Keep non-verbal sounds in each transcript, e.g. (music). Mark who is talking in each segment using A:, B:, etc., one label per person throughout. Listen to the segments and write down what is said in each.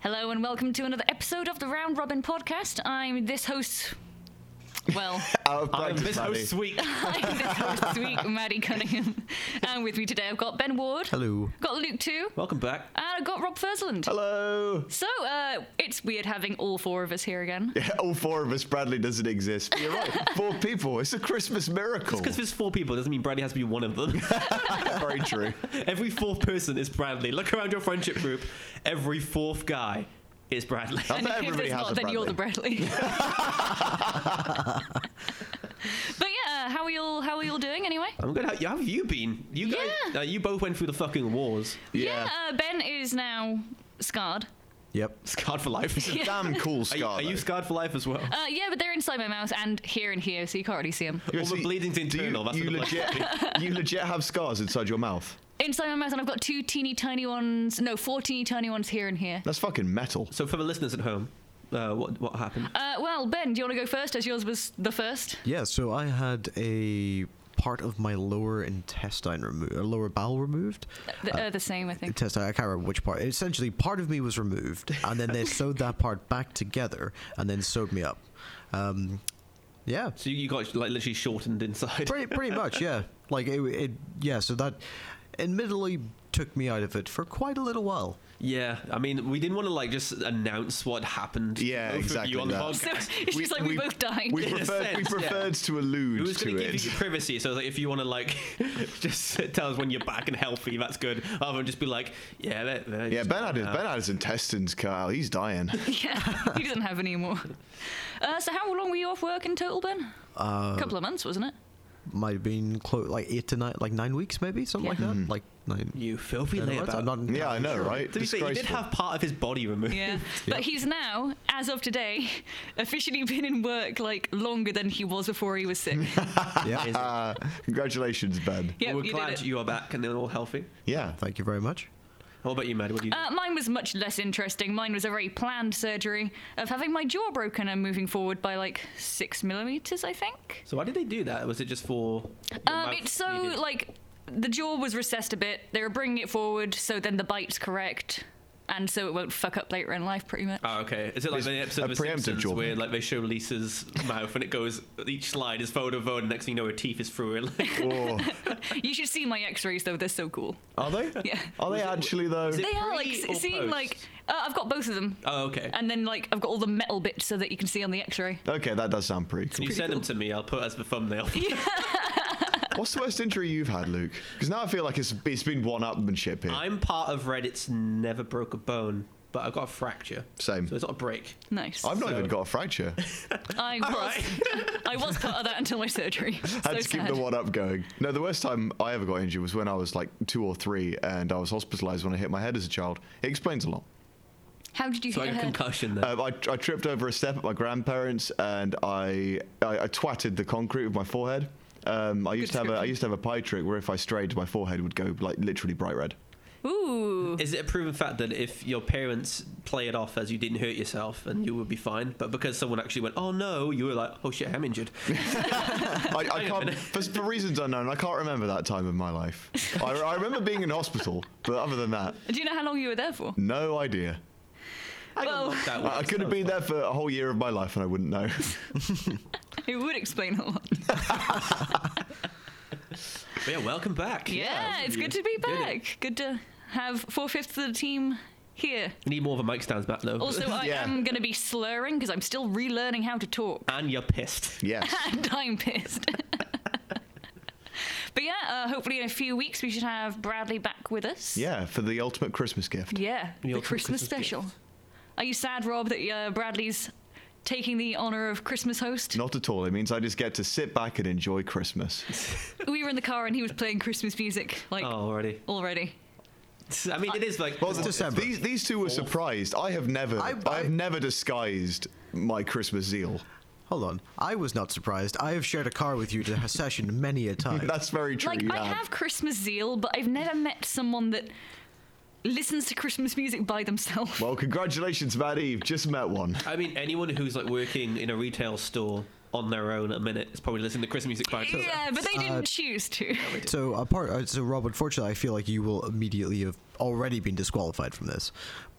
A: Hello and welcome to another episode of the Round Robin podcast. I'm this host.
B: (laughs)
A: Well,
B: Out of
C: I'm
B: practice,
C: this
B: Maddie.
C: host sweet.
A: I'm this host, sweet Maddie Cunningham. And with me today, I've got Ben Ward.
B: Hello.
A: Got Luke too.
C: Welcome back.
A: And I've got Rob Fursland.
B: Hello.
A: So uh, it's weird having all four of us here again.
B: (laughs) All four of us, Bradley doesn't exist. But you're
C: (laughs)
B: right. Four people. It's a Christmas miracle.
C: Because there's four people doesn't mean Bradley has to be one of (laughs) them.
B: Very true.
C: every fourth person is Bradley. Look around your friendship group. Every fourth guy is Bradley.
B: I
A: And
B: thought
A: if
B: everybody
A: there's
B: has
A: not,
B: a
A: then you're the
B: (laughs)
A: Bradley. (laughs) but yeah, how are you all? How are you all doing anyway?
C: I'm good. How, how have you been? You guys,
A: Yeah.
C: uh, you both went through the fucking wars.
B: Yeah.
A: uh, ben is now scarred.
B: Yep.
C: Scarred for life. (laughs)
B: Damn cool
C: Are, you,
B: scar.
C: are you
B: though.
C: scarred for life as well?
A: Uh, yeah, but they're inside my mouth and here and here, so you can't really see them.
B: Yeah,
C: All the
B: see,
C: bleeding's
B: do you,
C: internal. That's
B: you
C: what it looks
B: legit, (laughs) you legit have scars inside your mouth.
A: Inside my mouth, and I've got two teeny tiny ones. No, four teeny tiny ones here and here.
B: That's fucking
C: (laughs)
B: metal.
C: So for the listeners at home, uh, what what happened?
A: Uh, well, Ben, do you want to go first, as yours was the first?
D: Yeah, so I had a part of my lower intestine removed, or lower bowel removed.
A: The, uh, the same, I think.
D: Intestine, I can't remember which part. Essentially, part of me was removed,
C: (laughs)
D: and then they sewed that part back together, and then sewed me up. Um, yeah,
C: So you, you got like literally shortened inside.
D: pretty pretty much, yeah. Like it, it, yeah. So that, admittedly, took me out of it for quite a little while.
C: (laughs) Yeah, I mean, we didn't want to like just announce what happened. to
B: Yeah,
C: (laughs) both of
B: exactly
C: You on the
B: that.
A: (laughs)
C: podcast.
A: So it's just like we, both died.
B: We
C: In
A: (laughs)
C: a
B: preferred, we
C: sense, yeah.
B: preferred to
C: We
B: allude
C: was going
B: to
C: to give
B: it.
C: you privacy, so like, if you want to like (laughs) just tell us when you're back and healthy, that's good. Other than just be like, yeah, they're, they're
B: Yeah,
C: just
B: Ben had,
C: gone
B: his,
C: now.
B: ben had his intestines, Kyle. He's
C: (laughs)
B: dying.
A: yeah, he doesn't have any more. Uh, so how long were you off work in total, Ben? A couple of months, wasn't (laughs) it?
D: Might have been close, like eight to nine, like nine weeks, maybe something
A: Yeah.
D: like that. Like nine.
C: You filthy
D: I don't know,
C: layabout.
D: I'm not
B: Mm-hmm. Yeah, I
D: entirely
B: know,
D: sure.
B: right?
C: To be fair, you did
B: Disgraceful.
C: have part of his body removed.
A: Yeah. But he's now, as of today, (laughs) officially been in work like longer than he was before he was sick.
D: Yeah.
C: Amazing.
B: Uh, (laughs) congratulations, Ben.
A: Yep,
C: Well, we're
A: you
C: glad
A: did it.
C: you are back and they're all healthy.
B: Yeah.
D: Thank you very much.
C: What about you, Mad? What do you do?
A: Uh, mine was much less interesting. Mine was a very planned surgery of having my jaw broken and moving forward by like six millimeters, I think.
C: so why did they do that? Was it just for? your
A: Um,
C: mouth
A: it's so
C: needed?
A: like the jaw was recessed a bit. They were bringing it forward, so then the bite's correct, and so it won't fuck up later in life, pretty much.
B: Ah.
C: Oh, okay. Is it like
B: It's
C: the
B: a
C: episode of The
B: preemptive
C: Simpsons
B: job.
C: where like they show Lisa's mouth and it goes each slide is photo vote and next thing you know her teeth is through it. Like,
B: Oh,
A: You should see my X-rays though; they're so cool.
B: are they?
A: (laughs)
B: (laughs)
A: Yeah.
B: Are they actually, though?
C: it-
A: They are like
C: Pre or
A: s- seeing
C: post?
A: like uh, I've got both of them,
B: Ah.
C: oh, okay.
A: and then like I've got all the metal bits so that you can see on the X-ray.
B: Okay, that does sound pretty cool.
C: you send them to me. I'll put as the thumbnail.
B: What's the worst injury you've had, Luke? Because now I feel like it's it's been one-upmanship here.
C: I'm part of Reddit's never broke a bone, but I've got a fracture.
B: Same.
C: So it's not a break.
A: Nice.
B: I've not
C: so-
B: even got a fracture. (laughs)
A: I was, I was part of that until my surgery.
B: I
A: so
B: (laughs) had to keep
A: sad.
B: the one up going. No, the worst time I ever got injured was when I was like two or three and I was hospitalized when I hit my head as a child. It explains a lot.
A: How did you
C: It's
A: hit
C: like
A: your
C: a
A: head?
C: concussion there.
B: Um, I, I tripped over a step at my grandparents and I, I, I twatted the concrete with my forehead. Um, I used to have a I
A: description.
B: used to have a pie trick where if I strayed, my forehead would go like literally bright red.
A: Ooh.
C: Is it a proven fact that if your parents play it off as you didn't hurt yourself and you would be fine, but because someone actually went, oh no, you were like, oh shit, I'm injured.
B: I, I can't for, for reasons unknown. I can't remember that time of my life. I, I remember being in hospital, but other than that,
A: Do you know how long you were there for?
B: no idea.
A: Well,
B: (laughs)
C: That
B: I, I
C: works.
B: could have been there for a whole year of my life and I wouldn't
A: (laughs)
B: know.
A: it would explain a lot.
C: But yeah, welcome back.
A: Yeah, it's good to be
C: Did it.
A: back. Good to have four fifths of the team here.
C: We need more of a mic stands back though. (laughs)
A: Also, uh, I
B: Yeah.
A: am going to be slurring because I'm still relearning how to talk. (laughs)
C: and you're pissed.
B: yes.
A: And I'm pissed. (laughs) but yeah, uh, hopefully in a few weeks we should have Bradley back with us.
B: Yeah, for the ultimate Christmas gift.
A: Yeah, the,
C: ultimate
A: Christmas,
C: Christmas
A: special.
C: gift.
A: Are you sad, Rob, that uh, Bradley's taking the honour of Christmas host?
B: Not at all. It means I just get to sit back and enjoy Christmas.
A: We were in the car and he was playing Christmas music, like,
C: Oh, already. (laughs)
A: already.
C: I mean, it is like.
B: Well,
D: It's December.
B: These these two were surprised. I have never I,
D: I-
B: have never disguised my Christmas zeal.
D: Hold on. I was not surprised. I have shared a car with you to a session many a time.
B: That's very true.
A: Like
B: you
A: I have Christmas zeal, but I've never met someone that listens to Christmas music by themselves.
B: Well, congratulations, Matt Eve. Just met one.
C: I mean, anyone who's like working in a retail store on their own at a minute is probably listening to Christmas music by itself.
A: (laughs) yeah, but
B: uh,
A: they didn't choose to.
D: So apart, uh, so Rob, unfortunately, I feel like you will immediately have already been disqualified from this.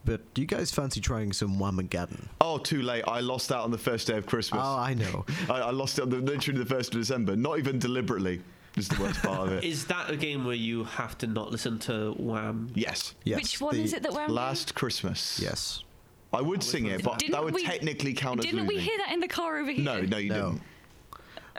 D: But do you guys fancy trying some Whamageddon?
B: Oh, too late. I lost out on the first day of Christmas.
D: Oh, I know.
B: I, I lost it on the, literally the 1st of December. Not even deliberately. This is the worst part of
D: (laughs)
B: it.
C: Is that a game where you have to not listen to Wham?
B: (laughs) yes.
D: Yes,
A: Which one
D: the-
A: is it that we're
B: Last Christmas.
D: Yes.
B: I would sing it, but
A: Didn't
B: that would
A: we-
B: technically count as
A: Didn't we
B: losing.
A: hear that in the car over here?
B: No, no, you
D: No.
B: didn't.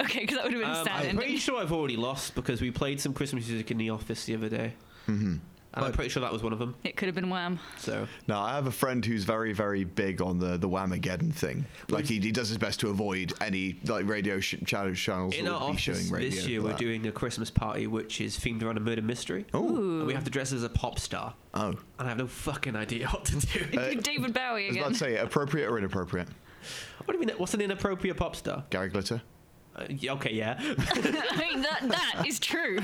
A: Okay, because that would have been
C: Um,
A: sad
C: I'm pretty
A: ending.
C: sure I've already lost because we played some Christmas music in the office the other day. Mm-hmm. And I'm
D: But-
C: pretty sure that was one of them.
A: It could have been Wham.
C: So
B: No, I have a friend who's very, very big on the the Whamageddon thing. Like he, he does his best to avoid any like radio sh- channel channels
C: in
B: that
C: our
B: would be
C: office
B: showing radio.
C: this year,
B: for
C: we're
B: that.
C: doing a Christmas party which is themed around a murder mystery.
B: Ooh.
C: And we have to dress as a pop star.
B: Oh, Uh,
C: And I have no fucking idea (laughs) what to do.
A: David Bowie
B: I was about
A: again.
B: to say appropriate or inappropriate.
C: what do you mean? What's an inappropriate pop star?
B: Gary Glitter. (laughs)
C: Uh, yeah, okay, yeah.
A: (laughs)
C: (laughs)
A: I mean, that, that is
B: (laughs)
A: true.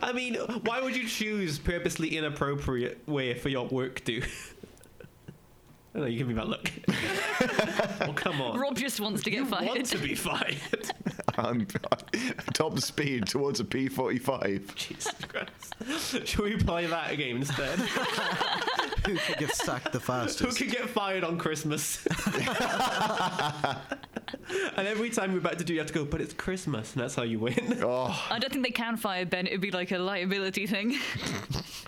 C: I mean, why would you choose purposely inappropriate way for your work to? (laughs) I know you give me
A: (laughs)
C: that look. well, come on.
A: Rob just wants to get
C: you
A: fired.
C: want to be fired?
A: (laughs)
B: I'm (laughs) top speed towards a P45.
C: Jesus Christ! Should we play that game instead?
D: Who could get sacked the
C: Who
D: fastest?
C: could get fired on
A: (laughs)
C: Christmas? and every time we're about to do, you have to go. But it's Christmas, and that's how you win.
B: Oh,
A: I don't think they can fire Ben. It would be like a liability
B: (laughs)
A: thing.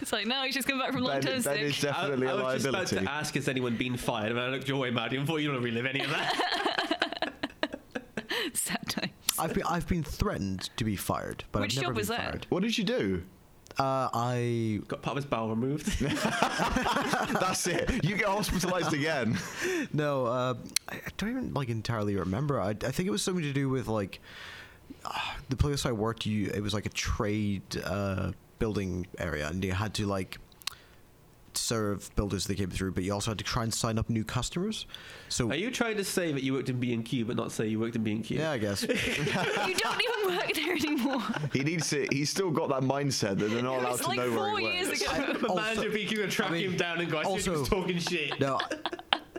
A: it's like, no, he's just come back from long
B: that
A: term
B: is, that
A: sick.
B: is definitely
C: I,
B: a
C: I was just
B: liability.
C: about to ask, has anyone been fired? And I looked your way, Maddie, and thought you don't relive any of that.
A: (laughs) Sad time.
D: I've been I've been threatened to be fired, but
A: Which
D: I've never
A: job was
D: been
A: that?
D: fired.
B: What did you do?
D: Uh, I
C: Got part of his bowel removed.
B: That's it. You get hospitalised again.
D: no, uh, I I don't even like entirely remember. I, I think it was something to do with like uh, the place I worked. You, it was like a trade uh, building area, and you had to like serve builders that came through, but you also had to try and sign up new customers. So
C: Are you trying to say that you worked in B and Q, but not say you worked in B and Q?
D: yeah,
C: (laughs)
D: I guess.
A: you don't even work there anymore.
B: He needs to. He's still got that mindset that they're not
A: It
B: allowed
A: was
B: to
A: like
B: know where
A: four
B: he
A: years
B: works.
A: ago.
C: The
D: Also-
C: manager of B and Q gonna track
D: I mean,
C: him down and go, I see you
D: also-
C: was talking
D: (laughs)
C: shit.
D: no,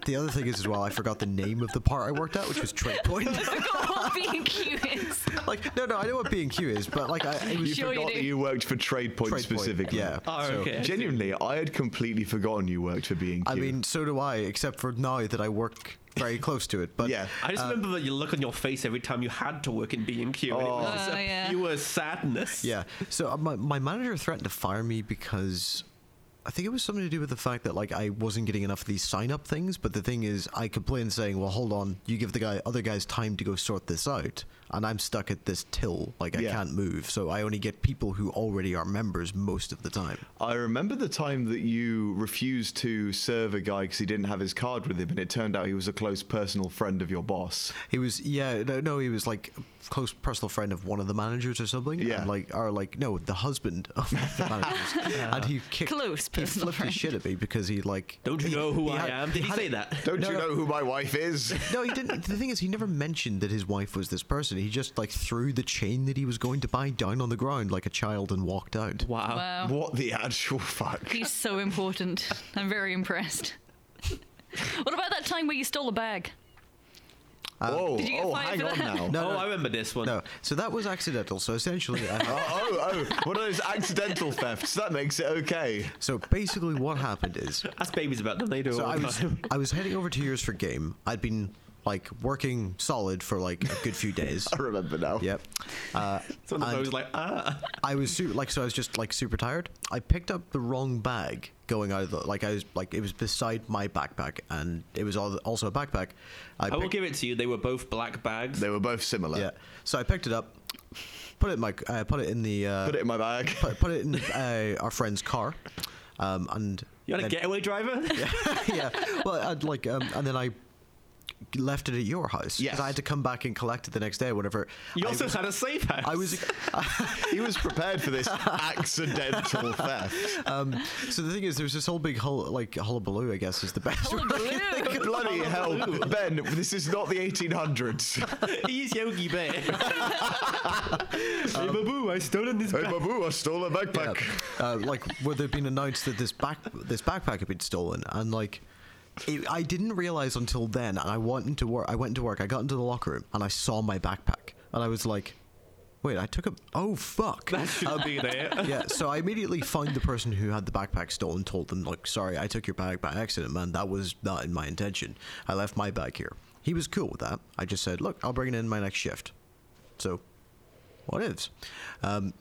D: the other thing is as well. I forgot the name of the part I worked at, which was Trade Point. (laughs)
A: forgot what B&Q is.
D: like no, no, I know what B and Q is, but like I it was
B: You
A: Sure you
B: forgot
A: do.
B: that you worked for Trade Point
D: Trade Point,
B: specifically.
D: yeah.
C: Oh,
D: So-
C: okay.
B: Genuinely, I had completely forgotten you worked for B&Q.
D: I mean, so do I, except for now that I work very close to it. But
B: yeah.
C: I
D: Uh,
C: just remember that you look on your face every time you had to work in B and Q, and it was just
A: Oh,
C: a
A: yeah.
C: pure sadness.
D: yeah. So uh, my, my manager threatened to fire me because I think it was something to do with the fact that like I wasn't getting enough of these sign up things. But the thing is, I complained saying, "Well, hold on, you give the guy other guys time to go sort this out, and I'm stuck at this till like I
B: Yeah.
D: can't move. So I only get people who already are members most of the time."
B: I remember the time that you refused to serve a guy because he didn't have his card with him, and it turned out he was a close personal friend of your boss.
D: He was, yeah, no, no, he was like a close personal friend of one of the managers or something.
B: Yeah.
D: and like, or like, no, the husband of the managers. (laughs) And he kicked,
A: Close
D: he
A: personal
D: flipped
A: friend.
D: his shit at me because he like.
C: Don't you
D: he-
C: know who
D: he
C: I
D: had-
C: am? Did he
D: had
C: say
D: it-
C: that?
D: (laughs)
B: Don't
D: No,
B: you
D: no.
B: know who my wife is?
D: No, he didn't. The thing is, he never mentioned that his wife was this person. He just like threw the chain that he was going to buy down on the ground like a child and walked out.
C: Wow.
A: Wow.
B: What the actual fuck?
A: He's so important. I'm very impressed. (laughs) what about that time where you stole a bag?
D: Uh,
B: Whoa,
A: Did you get
B: oh,
A: fired
B: hang
A: for
B: on
A: that?
B: now.
C: oh, I remember this one.
D: No, so that was accidental. So essentially, I had-
B: Oh, oh, oh, one of those accidental thefts. That makes it okay.
D: so basically, what happened is
C: Ask babies about them. They do it
D: So
C: all
D: I
C: the (laughs)
D: was
C: time.
D: I was heading over to yours for game. I'd been like working solid for like a good few days.
B: I remember now.
D: Yep. Uh,
C: It's one of
D: and
C: those like ah.
D: I was super, like so I was just like super tired. I picked up the wrong bag going out of the like I was like it was beside my backpack and it was al- also a backpack. I,
C: I will
D: picked-
C: give it to you. They were both black bags.
B: They were both similar.
D: yeah. So I picked it up, put it in my uh, put it in the uh,
B: Put it in my bag.
D: (laughs) put, put it in uh, our friend's car, um, and
C: You had a
D: then-
C: getaway driver?
D: (laughs) yeah. Well, I'd like, um, and then I left it at your house because
B: Yes.
D: I had to come back and collect it the next day. Whenever
C: You
D: I
C: also
D: was,
C: had a safe house.
D: I was.
B: He was prepared for this accidental theft.
D: Um, so the thing is, there's this whole big hul- like hullabaloo. I guess is the best. word. (laughs)
A: Hullabaloo.
B: (laughs) Bloody hell, Ben! This is not the 1800s.
C: (laughs) He's Yogi
D: (laughs) Um,
C: Bear. (laughs) hey, Babu, I stole in this
B: hey,
C: bag.
B: Babu, I stole a
D: Yeah.
B: backpack.
D: Uh, like, where there'd been announced that this back this backpack had been stolen, and like. it, I didn't realize until then. And I went into work. I went into work. I got into the locker room and I saw my backpack, and I was like, "Wait, I took a oh fuck."
C: That should be there.
D: yeah, so I immediately found the person who had the backpack stolen, told them, like, sorry, I took your bag by accident, man. That was not in my intention. I left my bag here. He was cool with that. I just said, look, I'll bring it in my next shift. So, what ifs? Um,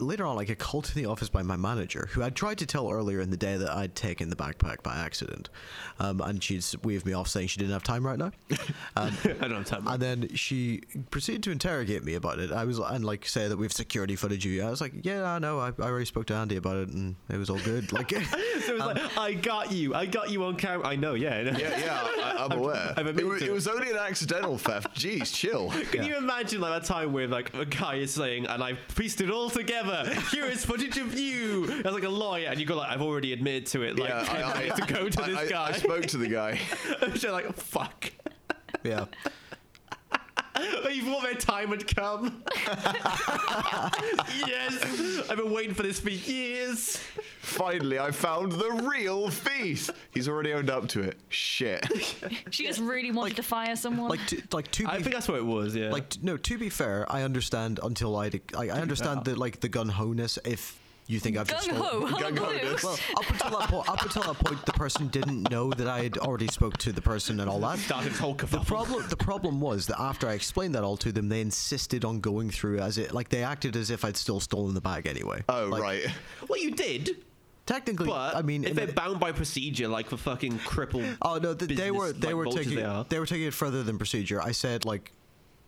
D: later on, I get called to the office by my manager, who I tried to tell earlier in the day that I'd taken the backpack by accident. Um, and she's waved me off saying she didn't have time right now. Um,
C: I don't have time.
D: and then she proceeded to interrogate me about it. I was and like say that we have security footage of you. I was like, yeah, I know. I, I already spoke to Andy about it, and it was all good. Like, (laughs)
C: So it was like, I got you. I got you on camera. I know, yeah. I know.
B: Yeah, yeah, I, I'm aware.
C: I've
B: it,
C: admitted
B: wa-
C: to
B: it
C: it.
B: was only an accidental theft. Jeez,
C: (laughs)
B: chill.
C: Can you imagine like a time where like a guy is saying, and I've pieced it all together. Here is footage of you. That's like a lawyer, and you go like, I've already admitted to it. Like,
B: yeah,
C: (laughs) I, have to go to
B: I-
C: this
B: I-
C: guy.
B: I
C: (laughs)
B: spoke to the guy.
C: I'm just like, fuck.
D: yeah,
C: You thought their time had come. yes, I've been waiting for this for years.
B: Finally, I found the real thief. He's already owned up to it.
C: (laughs)
B: Shit.
A: She just really wanted to fire someone.
D: like to, like to
C: I
D: be
C: think that's what it was. Yeah.
D: like t- no. To be fair, I understand until I'd, I I understand that like the gun ness if you think I've just
A: Gung
D: stolen-
A: ho,
B: Gung ho,
A: hullabaloo.
B: dude.
D: Well, up until that point, up until that point, the person didn't know that I had already spoke to the person and all that.
C: started this whole
D: The
C: kerfuffle.
D: problem, the problem was that after I explained that all to them, they insisted on going through as it like they acted as if I'd still stolen the bag anyway.
B: Oh,
D: Like,
B: right.
C: Well, you did,
D: Technically,
C: but
D: I mean,
C: if
D: in
C: they're
D: a-
C: bound by procedure, like for fucking crippled.
D: oh no, th- they
C: business,
D: were they
C: like,
D: were
C: vultures
D: taking
C: They
D: they,
C: are.
D: were taking it further than procedure. I said like.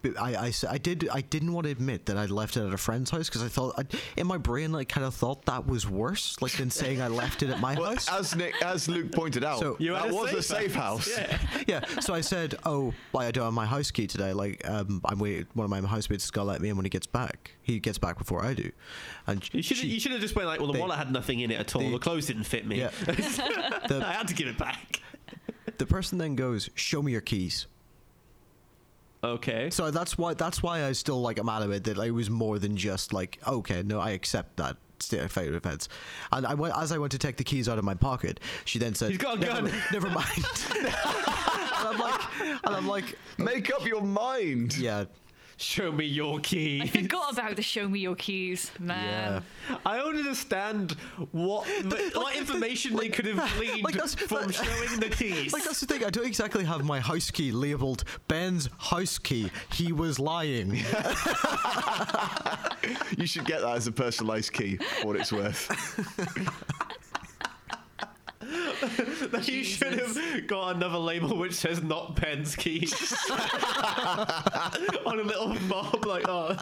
D: b- I, I, s- I did I didn't want to admit that I'd left it at a friend's house because I thought I, in my brain I kind of thought that was worse like than saying I left it
C: (laughs)
D: at my
B: Well,
D: house.
B: as Nick, as Luke pointed out,
D: So-
C: You had
B: that
C: a
B: was
C: safe
B: a safe house.
C: Yeah.
D: yeah. So I said, "Oh, like I don't have my house key today. Like, um, I'm waiting. One of my housemates is gonna let me in when he gets back. He gets back before I do." And
C: You should you should have just went like, well, the
D: they-
C: wallet had nothing in it at all.
D: they-
C: the clothes didn't fit me. (laughs)
D: yeah.
C: I had to give it back.
D: the person then goes, "Show me your keys."
C: Okay.
D: So that's why that's why I still like am adamant that it was more than just like, "Okay, no, I accept that." state of favorite offense. And I went as I went to take the keys out of my pocket. She then said,
C: He's got a
D: "Never-
C: gun."
D: Never mind.
C: (laughs)
D: and I'm like, and I'm like,
B: Make up your mind.
D: yeah,
C: Show me your
A: I
C: key.
A: forgot about the show me your keys, man.
C: I don't understand
D: (laughs)
C: what what information they could have gleaned
D: like that's-
C: from
D: that-
C: showing the keys.
D: (laughs) Like that's the thing. I don't exactly have my house key labeled Ben's house key. He was lying.
B: You should get that as a personalised key for what it's worth.
C: you should have got another label which says not Ben's keys
D: (laughs)
C: (laughs) on a little fob. Like, oh,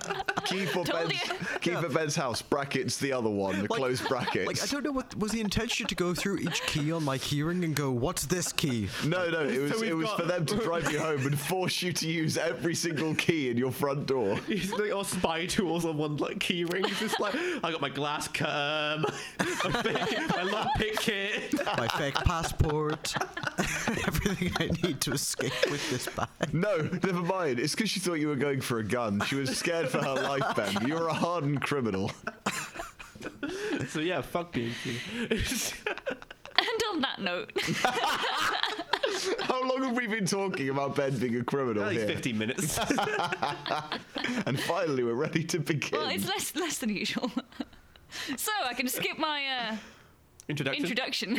B: Key for
A: Told
B: Ben's, key for Ben's house. Brackets the other one. The
D: Like-
B: closed brackets.
D: Like I don't know what was the intention to go through each key on my keyring and go, "What's this key?"
B: No, no, it was
C: we've
B: it was
C: got-
B: for them to drive you home and force you to use every single key in your front door.
C: He's like all spy tools on one like key ring. It's just like I got my glass cutter, my, (laughs) my, pick- my lockpick kit.
D: My fake passport, (laughs) everything I need to escape with this bag.
B: No, never mind. It's because she thought you were going for a gun. She was scared for her life, Ben. You're a hardened criminal.
C: So yeah, fuck being
A: And on that note,
D: (laughs)
B: How long have we been talking about Ben being a criminal
C: At least
B: here?
C: fifty minutes.
B: And finally, we're ready to begin.
A: well, it's less less than usual. (laughs) so I can skip my
D: (laughs)
A: uh,
C: (laughs) Introduction.
A: introduction.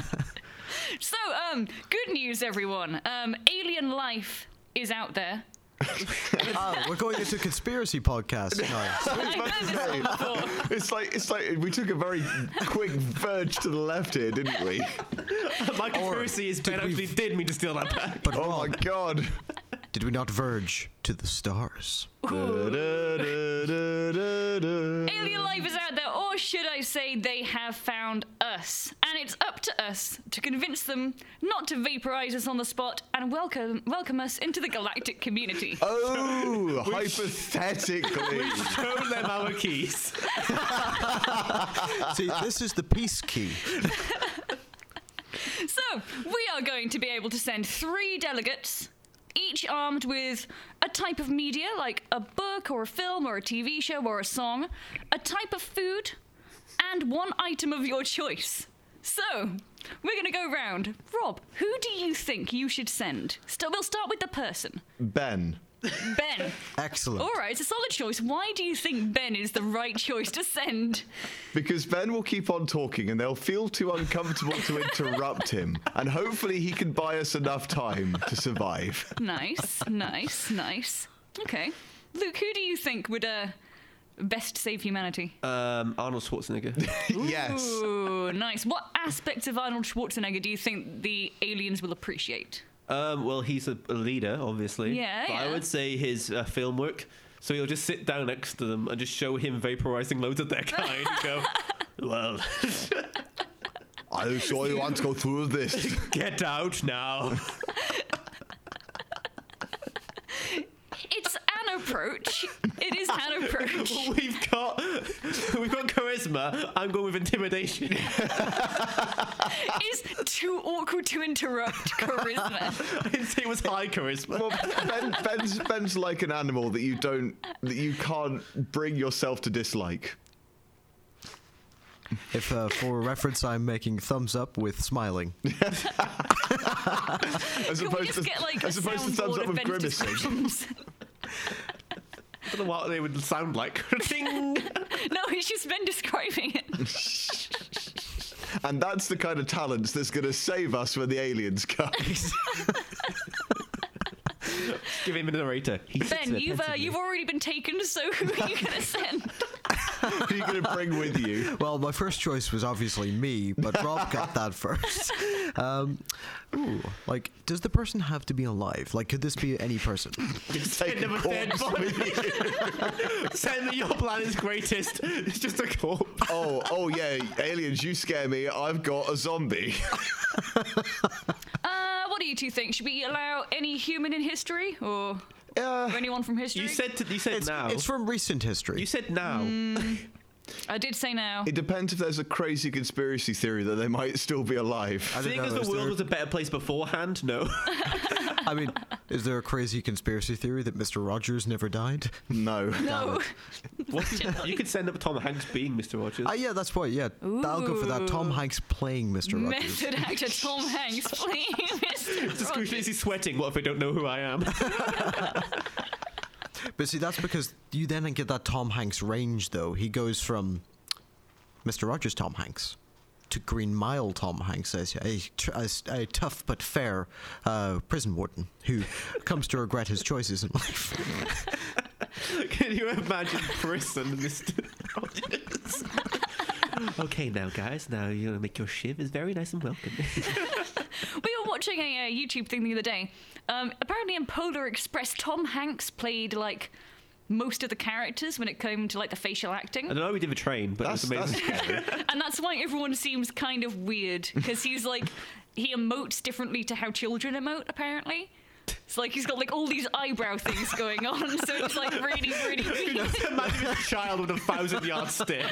A: (laughs) so, um, good news, everyone. Um, alien life is out there.
D: Ah, we're going into conspiracy podcast now.
A: I know this one before.
B: It's like it's like we took a very quick verge to the left here, didn't we?
C: my conspiracy is Ben
D: did we-
C: actually did mean to steal that back.
D: (laughs)
B: (laughs)
D: But
B: Oh my
D: wrong.
B: god.
D: did we not verge to the stars?
B: Da-da-da-da-da-da.
A: Alien life is out there, or should I say, they have found us. And it's up to us to convince them not to vaporize us on the spot and welcome welcome us into the galactic community.
B: (laughs)
A: (laughs)
B: Oh, hypothetically.
C: Show them our keys.
D: See, this is the peace key.
A: So, we are going to be able to send three delegates, each armed with a type of media, like a book or a film or a TV show or a song, a type of food, and one item of your choice. So, we're going to go round. Rob, who do you think you should send? Still, we'll start with the person.
B: Ben.
A: Ben.
D: Excellent.
A: All right, it's a solid choice. Why do you think Ben is the right choice to send?
B: Because Ben will keep on talking and they'll feel too uncomfortable to interrupt him. And hopefully he can buy us enough time
A: (laughs)
B: to survive.
A: Nice, nice, nice. Okay. Luke, who do you think would uh, best save humanity?
B: Uh.
C: Um, Arnold Schwarzenegger.
B: yes.
A: Ooh, nice. What aspects of Arnold Schwarzenegger do you think the aliens will appreciate?
C: Um, well, he's a, a leader, obviously.
A: Yeah,
C: But I
A: yeah.
C: would say his uh, film work. So he'll just sit down next to them and just show him vaporizing loads of their (laughs) kind. and go, well, (laughs)
B: I saw you want to go
A: (laughs)
B: through this.
C: get out now.
A: It's an approach. It is an approach.
C: (laughs)
B: (laughs)
C: we've got we've got charisma. I'm going with intimidation. (laughs)
A: Is too awkward to interrupt charisma.
C: I'd say it was high charisma.
B: Well, ben, Ben's, Ben's like an animal that you don't, that you can't bring yourself to dislike.
D: If uh, for reference, I'm making thumbs up with smiling.
B: (laughs) As
A: Can we
B: opposed
A: just
B: to,
A: get like
B: as
A: a
B: opposed to thumbs
A: soundboard
B: up
A: of
B: with
A: Ben's
B: grimacing.
A: descriptions?
C: I don't know what they would sound like. (laughs) Ding.
A: (laughs) no, it's just Ben describing it.
B: (laughs) And that's the kind of talents that's going to save us when the aliens come. (laughs)
C: Give him a narrator. He sits
A: Ben,
C: there
A: you've uh,
C: pensively.
A: you've already been taken, so who are you gonna (laughs) send?
B: Who are you going to bring with
C: (laughs)
B: you?
D: Well, my first choice was obviously me, but Rob got that (laughs) first. Um, ooh, like, does the person have to be alive? Like, could this be any person?
B: Just
C: Send him a dead body. (laughs) Send me your plan is greatest. It's just a corpse.
B: Oh, oh yeah, aliens, you scare me. I've got a zombie. (laughs)
A: Uh, what do you two think? Should we allow any human in history, or, or
B: Uh,
A: anyone from history?
C: You said to, you said
D: It's,
C: now.
D: it's Mm. from recent history.
C: you said now.
A: I did say now.
B: it depends if there's a crazy conspiracy theory that they might still be alive.
D: I don't
C: Seeing
D: know,
C: as
D: is
C: the world
D: there-
C: was a better place beforehand, (laughs) no.
D: I mean, is there a crazy conspiracy theory that Mr. Rogers never died?
B: (laughs)
C: (laughs)
B: No.
A: no.
C: What is- you could send up Tom Hanks being Mr. Rogers.
D: Ah, yeah, that's why. Yeah, I'll go for that. Tom
A: Ooh.
D: Hanks playing Mr. Rogers.
A: Method actor
C: (laughs)
A: Tom Hanks playing Mr.
C: just
A: Rogers.
C: confused sweating. What if I don't know who I am?
D: But see, that's because you then get that Tom Hanks range, though. He goes from Mr. Rogers Tom Hanks to Green Mile Tom Hanks as a, tr- as a tough but fair uh, prison warden (laughs) who comes to regret his choices in life.
C: (laughs) Can you imagine prison, Mr. Rogers? okay, now guys, now you're gonna make your shiv is very nice and welcome.
A: We were watching a, uh YouTube thing the other day. Um, apparently, in Polar Express, Tom Hanks played like most of the characters when it came to like the facial acting.
C: I don't know we did a train, but
B: That's,
C: it was
B: that's
C: amazing. (laughs)
B: scary.
A: And that's why everyone seems kind of weird because he's like (laughs) he emotes differently to how children emote apparently. It's like he's got like all these eyebrow things going on, so it's like really,
C: (laughs)
A: really weird.
C: imagine a child with a thousand yard stare.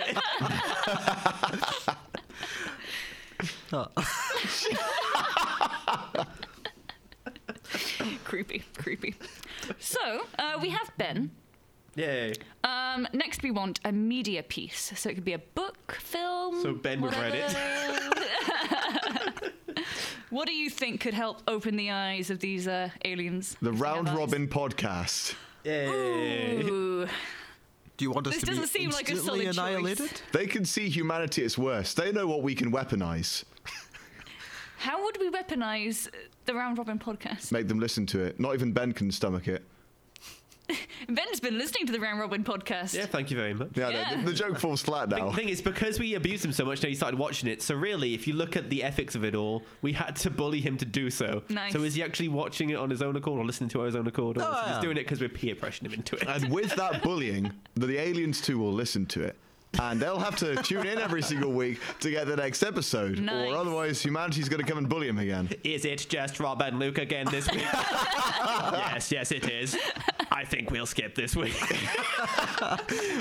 A: creepy, creepy. So uh, we have Ben.
C: (laughs) Yay.
A: Um, next, we want a media piece, so it could be a book, film.
C: So Ben would read it.
A: whatever. what do you think could help open the eyes of these uh, aliens?
B: The
C: (laughs)
A: If they have
B: Round
A: eyes.
B: Robin podcast.
C: Yay.
A: Ooh.
D: Do you want us
A: This
D: to be
A: doesn't seem like a
D: instantly
A: solid choice.
D: annihilated?
B: They can see humanity at its worst. They know what we can weaponize.
A: How would we weaponize the Round Robin podcast?
B: Make them listen to it. Not even Ben can stomach it.
A: Ben's been listening to the Round Robin podcast.
C: Yeah, thank you very much.
B: Yeah,
A: Yeah.
B: No, the, the joke falls flat
C: The
B: now.
C: thing is, because we abused him so much, now he started watching it. So really, if you look at the ethics of it all, we had to bully him to do so.
A: Nice.
C: So is he actually watching it on his own accord or listening to his own accord? Or is
D: Oh,
C: he
B: Ah.
C: just
D: yeah.
C: doing it because we're peer pressuring him into it?
B: And with that bullying, the, the aliens too will listen to it. And they'll have to tune in every single week to get the next episode.
A: Nice.
B: Or otherwise, humanity's going to come and bully them again.
C: Is it just Rob and Luke again this (laughs) week? yes, yes, it is. I think we'll skip this week. (laughs)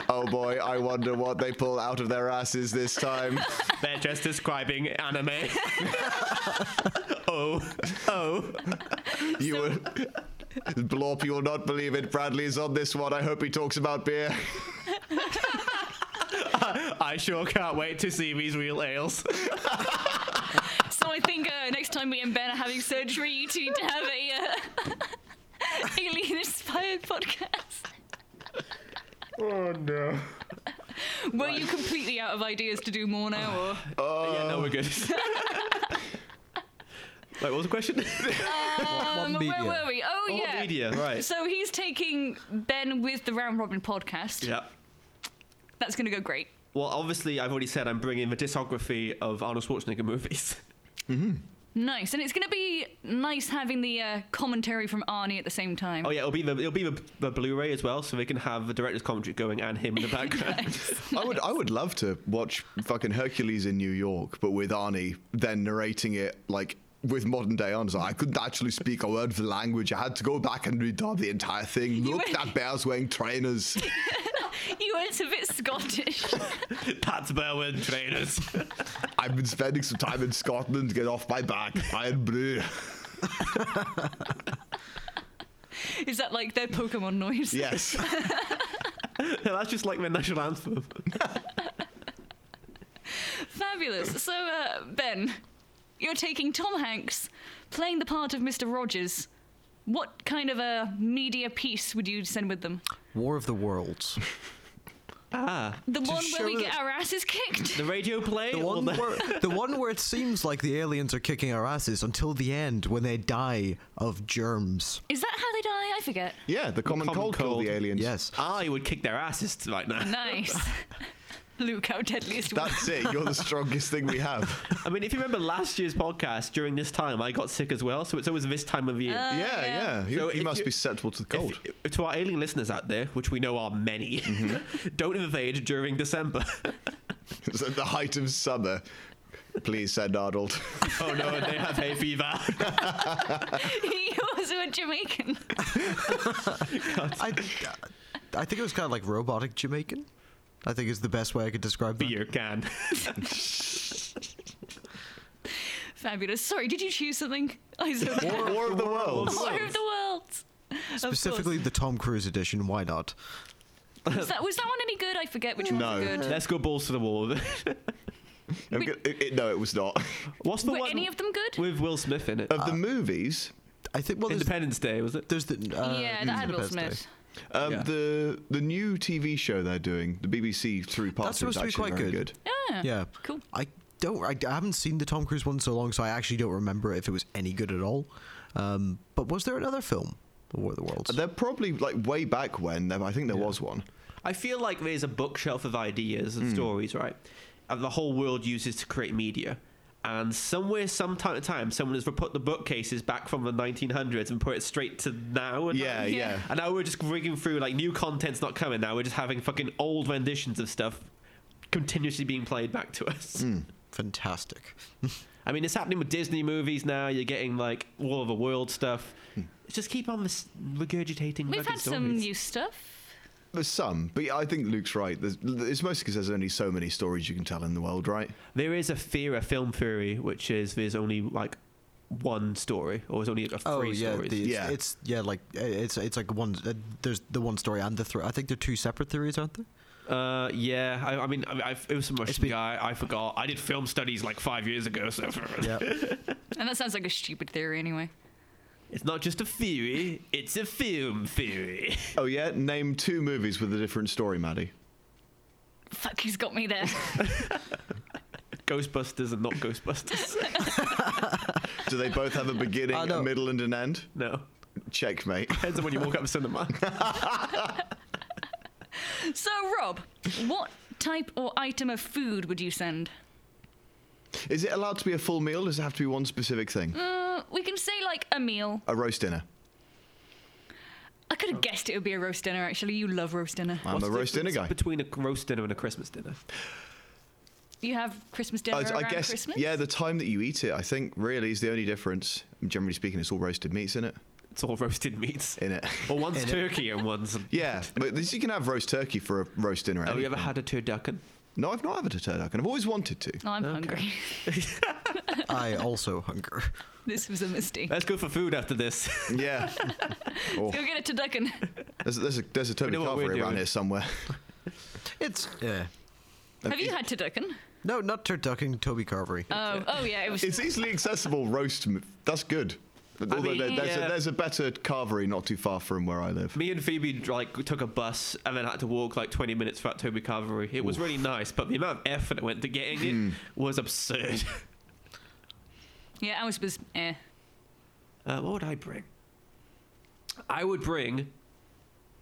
B: Oh boy, I wonder what they pull out of their asses this time.
C: They're just describing (laughs) anime. oh, oh.
B: You will. Blorp, you will not believe it. Bradley's on this one. I hope he talks about beer.
C: I sure can't wait to see these real ales.
A: So So I think uh, next time me and Ben are having surgery, you two need to have a uh, (laughs) alien-inspired podcast
C: Oh no.
A: Were you completely out of ideas to do more now,
C: (sighs)
A: or
C: (laughs) yeah,
B: Oh.
C: no, we're good. (laughs) Wait, what was the question?
A: um,
D: media?
A: where were we? Oh
C: Oh,
A: yeah,
C: media, right.
A: So he's taking Ben with the Round Robin podcast.
C: (laughs) yeah.
A: That's going to go great.
C: Well, obviously, I've already said I'm bringing the discography of Arnold Schwarzenegger movies. (laughs)
A: Nice, and it's going to be nice having the uh, commentary from Arnie at the same time.
C: Oh yeah, it'll be the it'll be the, the Blu-ray as well, so they can have the director's commentary going and him in the (laughs) background.
B: I would I would love to watch fucking Hercules in New York, but with Arnie then narrating it like with modern day Arnie. It's like, I couldn't actually speak a word of the language. I had to go back and redub the entire thing. Look,
A: went-
B: that bear's wearing trainers.
A: You went a bit Scottish.
C: That's Berwin trainers.
B: I've been spending some time in Scotland. Get off my back, Iron Brew.
A: Is that like their Pokemon noise?
B: Yes.
C: no, (laughs) that's just like my national anthem.
A: (laughs) Fabulous. So, uh, Ben, you're taking Tom Hanks, playing the part of Mr. Rogers. What kind of a media piece would you send with them?
D: War of the Worlds. (laughs)
C: Ah,
A: The one where we
D: show
A: get
D: that-
A: our asses kicked?
C: the radio play.
D: The
C: or
D: one,
C: the- (laughs)
D: where, (laughs) the one where it seems like the aliens are kicking our asses until the end when they die of germs.
A: Is that how they die? I forget.
B: Yeah, the common,
C: common
B: cold, killed
C: cold.
B: the aliens.
D: Yes.
C: I Ah, would kick their asses right now.
A: Nice. Luke, how deadliest one.
B: That's it. You're the strongest thing we have.
C: (laughs)
A: (laughs)
C: I mean, if you remember last year's podcast, during this time I got sick as well, so it's always this time of year.
A: Uh,
B: yeah,
A: yeah.
B: yeah. You,
C: So
B: you
C: if
B: must
C: you-
B: be susceptible to the
C: If-
B: cold. (laughs)
C: if- to our alien listeners out there, which we know are many, (laughs) don't invade during December.
B: It's at the height of summer. Please send Arnold.
C: oh no, they have hay fever.
A: (laughs) he was a Jamaican.
D: I, uh, I think it was kind of like robotic Jamaican. I think is the best way I could describe that.
C: Beer can.
A: Fabulous. Sorry, did you choose something? I zoned out.
B: War, of the Worlds.
A: War of (laughs) the Worlds. Of course.
D: Specifically the Tom Cruise edition. Why not?
A: was that, was that one any good? I forget which ones
B: No.
A: are good.
C: Let's go balls to the wall. (laughs)
B: I'm go- it- it- no, it was not. (laughs)
C: What's the
A: Were
C: one
A: any of them good?
C: with Will Smith in it?
B: Of
D: Ah.
B: the movies,
D: I think well, there's,
C: Independence Day was it?
D: there's the uh,
A: yeah, that had Will
D: Independence Day.
A: Smith.
B: um,
C: yeah.
B: the the new TV show they're doing, the BBC three parts,
D: supposed
B: is
D: to be
B: actually
D: quite
B: very
D: good.
B: good.
A: Yeah.
D: Yeah.
A: Cool.
D: I don't. I, I haven't seen the Tom Cruise one in so long, so I actually don't remember if it was any good at all. Um, but was there another film, War of the
C: Uh,
D: Worlds?
B: They're probably like way back when. there- I think there was one.
C: I feel like there's a bookshelf of ideas
B: Hmm.
C: and stories, right? And the whole world uses to create media. And somewhere, some time, time, someone has put the bookcases back from the 1900s and put it straight to now. And
B: Yeah,
A: Yeah.
B: yeah.
C: And now we're just rigging through like new content's not coming. Now we're just having fucking old renditions of stuff continuously being played back to us.
B: Hmm.
C: (laughs)
D: Fantastic.
C: I mean, it's happening with Disney movies now. You're getting like all of the world stuff.
B: Hmm.
C: Just keep on this regurgitating.
A: We've
C: fucking
A: had some
C: stories.
A: new stuff.
B: There's some, but yeah, I think Luke's right. There's, it's mostly because there's only so many stories you can tell in the world, right?
C: There is a fear, a film theory, which is there's only like one story, or there's only like,
D: Oh
C: three
D: yeah,
C: stories.
D: the, it's,
B: Yeah.
D: it's yeah like uh, it's it's like one. Uh, there's the one story and the three. I think they're two separate theories,
C: (laughs)
D: aren't they?
C: uh, yeah, I, I mean, I, I, it was some Russian
D: been-
C: guy. I forgot. I did film studies like five years ago, so (laughs)
D: Yeah.
A: And that sounds like a stupid theory anyway.
C: it's not just a theory; it's a film theory. (laughs)
B: Oh yeah, name two movies with a different story, Maddie.
A: Fuck, he's got me (laughs) there.
C: Ghostbusters and not Ghostbusters. (laughs)
B: Do they both
D: (laughs)
B: have a beginning,
D: Uh, no.
B: a middle, and an end?
C: no,
B: Checkmate.
C: depends on when you walk up the cinema.
A: so, Rob, what type or item of food would you send?
B: Is it allowed to be a full meal? Does it have to be one specific thing?
D: Mm.
A: Uh, we can say like a meal.
B: A roast dinner.
A: I could have guessed it would be a roast dinner. Actually, you love roast dinner.
B: I'm
C: What's
B: a
C: the
B: roast dinner guy.
C: difference Between a roast dinner and a Christmas dinner.
A: You have Christmas dinner
B: I, I
A: around
B: guess,
A: Christmas.
B: yeah, the time that you eat it, I think, really is the only difference. Generally speaking, it's all roasted meats in it.
C: It's all roasted meats.
B: In it. (laughs)
C: Well, one's
D: In it.
C: turkey and one's.
B: Yeah, but this, you can have roast turkey for a roast dinner.
C: Have you ever
B: anything.
C: had a turducken?
B: No, I've not had a turducken. I've always wanted
C: (laughs)
B: to.
A: Oh, I'm hungry. (laughs)
D: I also hunger.
A: This was a mistake.
C: Let's go for food after this. (laughs)
B: Yeah. Oh,
A: Go get a (laughs) turducken.
B: there's, there's a there's a Toby
C: know what
B: Carvery
C: we're
B: around
C: doing.
B: here somewhere.
D: It's yeah.
A: Have you had turducken?
D: No, not turducken, Toby Carvery.
A: Oh, oh yeah, it was.
B: (laughs) It's easily accessible roast. m- That's good. Although
C: mean,
B: there- there's,
C: yeah.
B: a, there's a better carvery not too far from where I live.
C: Me and Phoebe like took a bus and then had to walk like 20 minutes for that Toby Carvery. It was really nice, but the amount of effort it went to getting it was absurd. (laughs)
A: yeah, ours was. Eh.
C: Uh, what would I bring? I would bring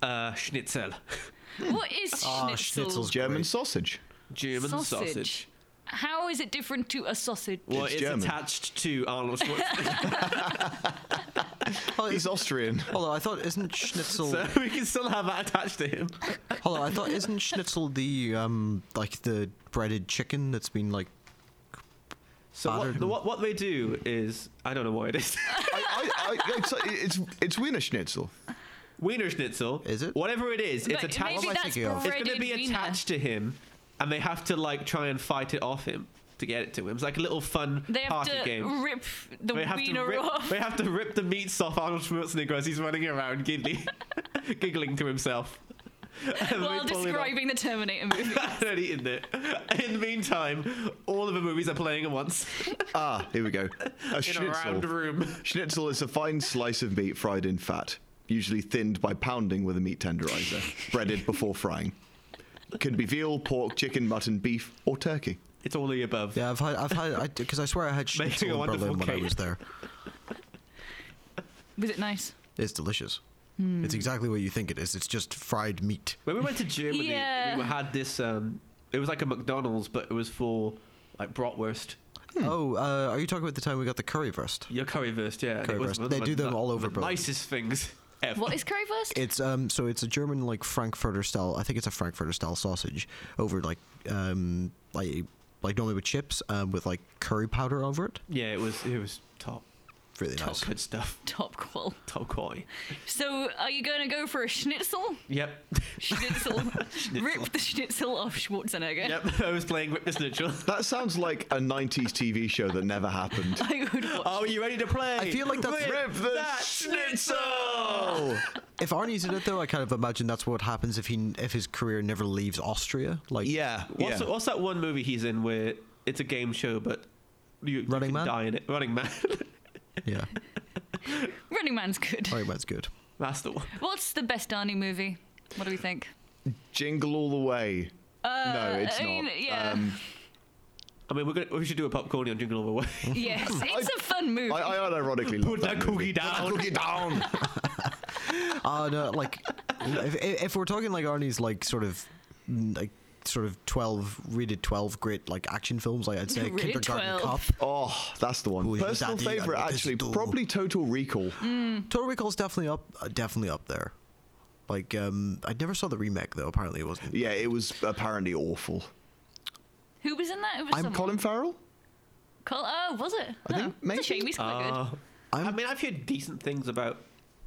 C: uh, schnitzel, (laughs)
A: What is
D: Ah,
A: schnitzel?
D: schnitzel's
B: German
D: Great.
B: sausage.
C: German sausage.
A: How is it different to a sausage?
C: Well,
B: It's
C: it's,
B: German.
C: attached to Arnold Schwarzenegger,
D: Hold
B: He's
C: (laughs)
B: Austrian.
D: Hold on, I thought isn't (laughs) schnitzel?
C: so (laughs) we can still have that attached to him.
D: Hold on, I thought isn't schnitzel the um like the breaded chicken that's been like
C: So what,
D: Battered.
C: the- what, what they do is I don't know what it is. (laughs)
B: I, I, I, it's, it's, it's Wiener Schnitzel.
C: Wiener schnitzel.
D: Is it?
C: Whatever it is, it's
A: But
C: attached.
D: am
A: Maybe
D: I
A: that's
D: thinking of?
A: breaded
C: It's going to be
A: wiener.
C: attached to him, and they have to like try and fight it off him to get it to him. It's like a little fun
A: They have
C: party
A: to
C: game.
A: rip the
C: They have, to
A: wiener
C: rip,
A: off.
C: they have to rip the meats off Arnold Schwarzenegger as he's running around giggling, (laughs) giggling to himself. (laughs) And
A: While
C: they pull it off (laughs)
A: describing the Terminator movie.
C: and then eating it. In the meantime, all of the movies are playing at once
B: Ah, here we go. A
C: in a round
B: schnitzel.
C: room.
B: Schnitzel is a fine slice of meat fried in fat, usually thinned by pounding with a meat tenderizer, breaded before frying. Can be veal, pork, chicken, mutton, beef, or turkey.
C: It's all the above.
D: yeah I've had I've had because I, swear I had
C: Making a
D: schnitzel in
C: wonderful
D: Berlin when I
C: cake.
D: was there.
A: Was it nice?
D: It's delicious. It's exactly what you think it is. It's just fried meat.
C: When we went to Germany,
A: Yeah.
C: we had this. Um, it was like a McDonald's, but it was for like bratwurst.
D: Oh, uh, are you talking about the time we got the currywurst?
C: Your currywurst, yeah. and it was
D: Currywurst.
C: one of
D: They
C: the
D: do them
C: ni-
D: all over
C: The
D: Berlin.
C: nicest things ever.
A: What is currywurst?
D: It's um so it's a German like Frankfurter style. I think it's a Frankfurter style sausage over like um like like normally with chips um with like curry powder over it.
C: Yeah, it was. It was top,
D: Really
C: top
D: nice.
C: good stuff.
A: Top qual.
C: Top quality.
A: So, are you going to go for a schnitzel?
C: Yep. (laughs)
A: Schnitzel. Rip the schnitzel off Schwarzenegger.
C: Yep. (laughs) I was playing Rip the Snitchel.
B: That sounds like a 90s TV show that never happened.
A: (laughs) I would watch.
C: Are Oh, you ready to play?
D: I feel like that's-
B: Rip the
C: Schnitzel.
D: If Arnie's in it though, I kind of imagine that's what happens if he if his career never leaves Austria. Like
B: Yeah,
C: What's,
B: yeah.
C: what's that one movie he's in where it's a game show but you, you
D: Running
C: can
D: Man?
C: die in it? Running Man. (laughs)
D: yeah,
C: Oh.
A: Running Man's good.
D: Running Man's good.
C: That's the one.
A: What's the best Arnie movie? What do we
C: (laughs)
A: think?
B: Jingle all the way. no, it's
A: Uh, I
B: not.
A: mean, yeah.
B: Um,
C: I mean, we're gonna, we should do a popcorn on Jingle All the
D: (laughs)
C: Way.
A: Yes, it's a fun movie.
B: I, I unironically love
C: Put that cookie down.
B: Cookie down.
D: Uh, no, like if, if if we're talking like Arnie's like sort of mm, like sort of twelve rated twelve great like action films, like I'd say
A: Rated
D: Kindergarten
A: 12.
D: Cop.
B: Oh, that's the one.
D: Ooh,
B: Personal
D: daddy, I
B: favorite,
D: like this
B: actually,
D: too.
B: probably Total Recall.
A: Mm.
D: Total Recall's definitely up, uh, definitely up there. Like, um, I never saw the remake though. Apparently, it wasn't.
B: Yeah, it was apparently awful.
A: Who was in that? It was
D: I'm
A: someone.
B: Colin Farrell?
A: Col- oh, was it?
B: I
A: no.
B: think
A: It's
B: maybe.
A: a shame he's quite good.
C: (laughs) Uh, I
D: I'm-
C: mean, I've heard decent things about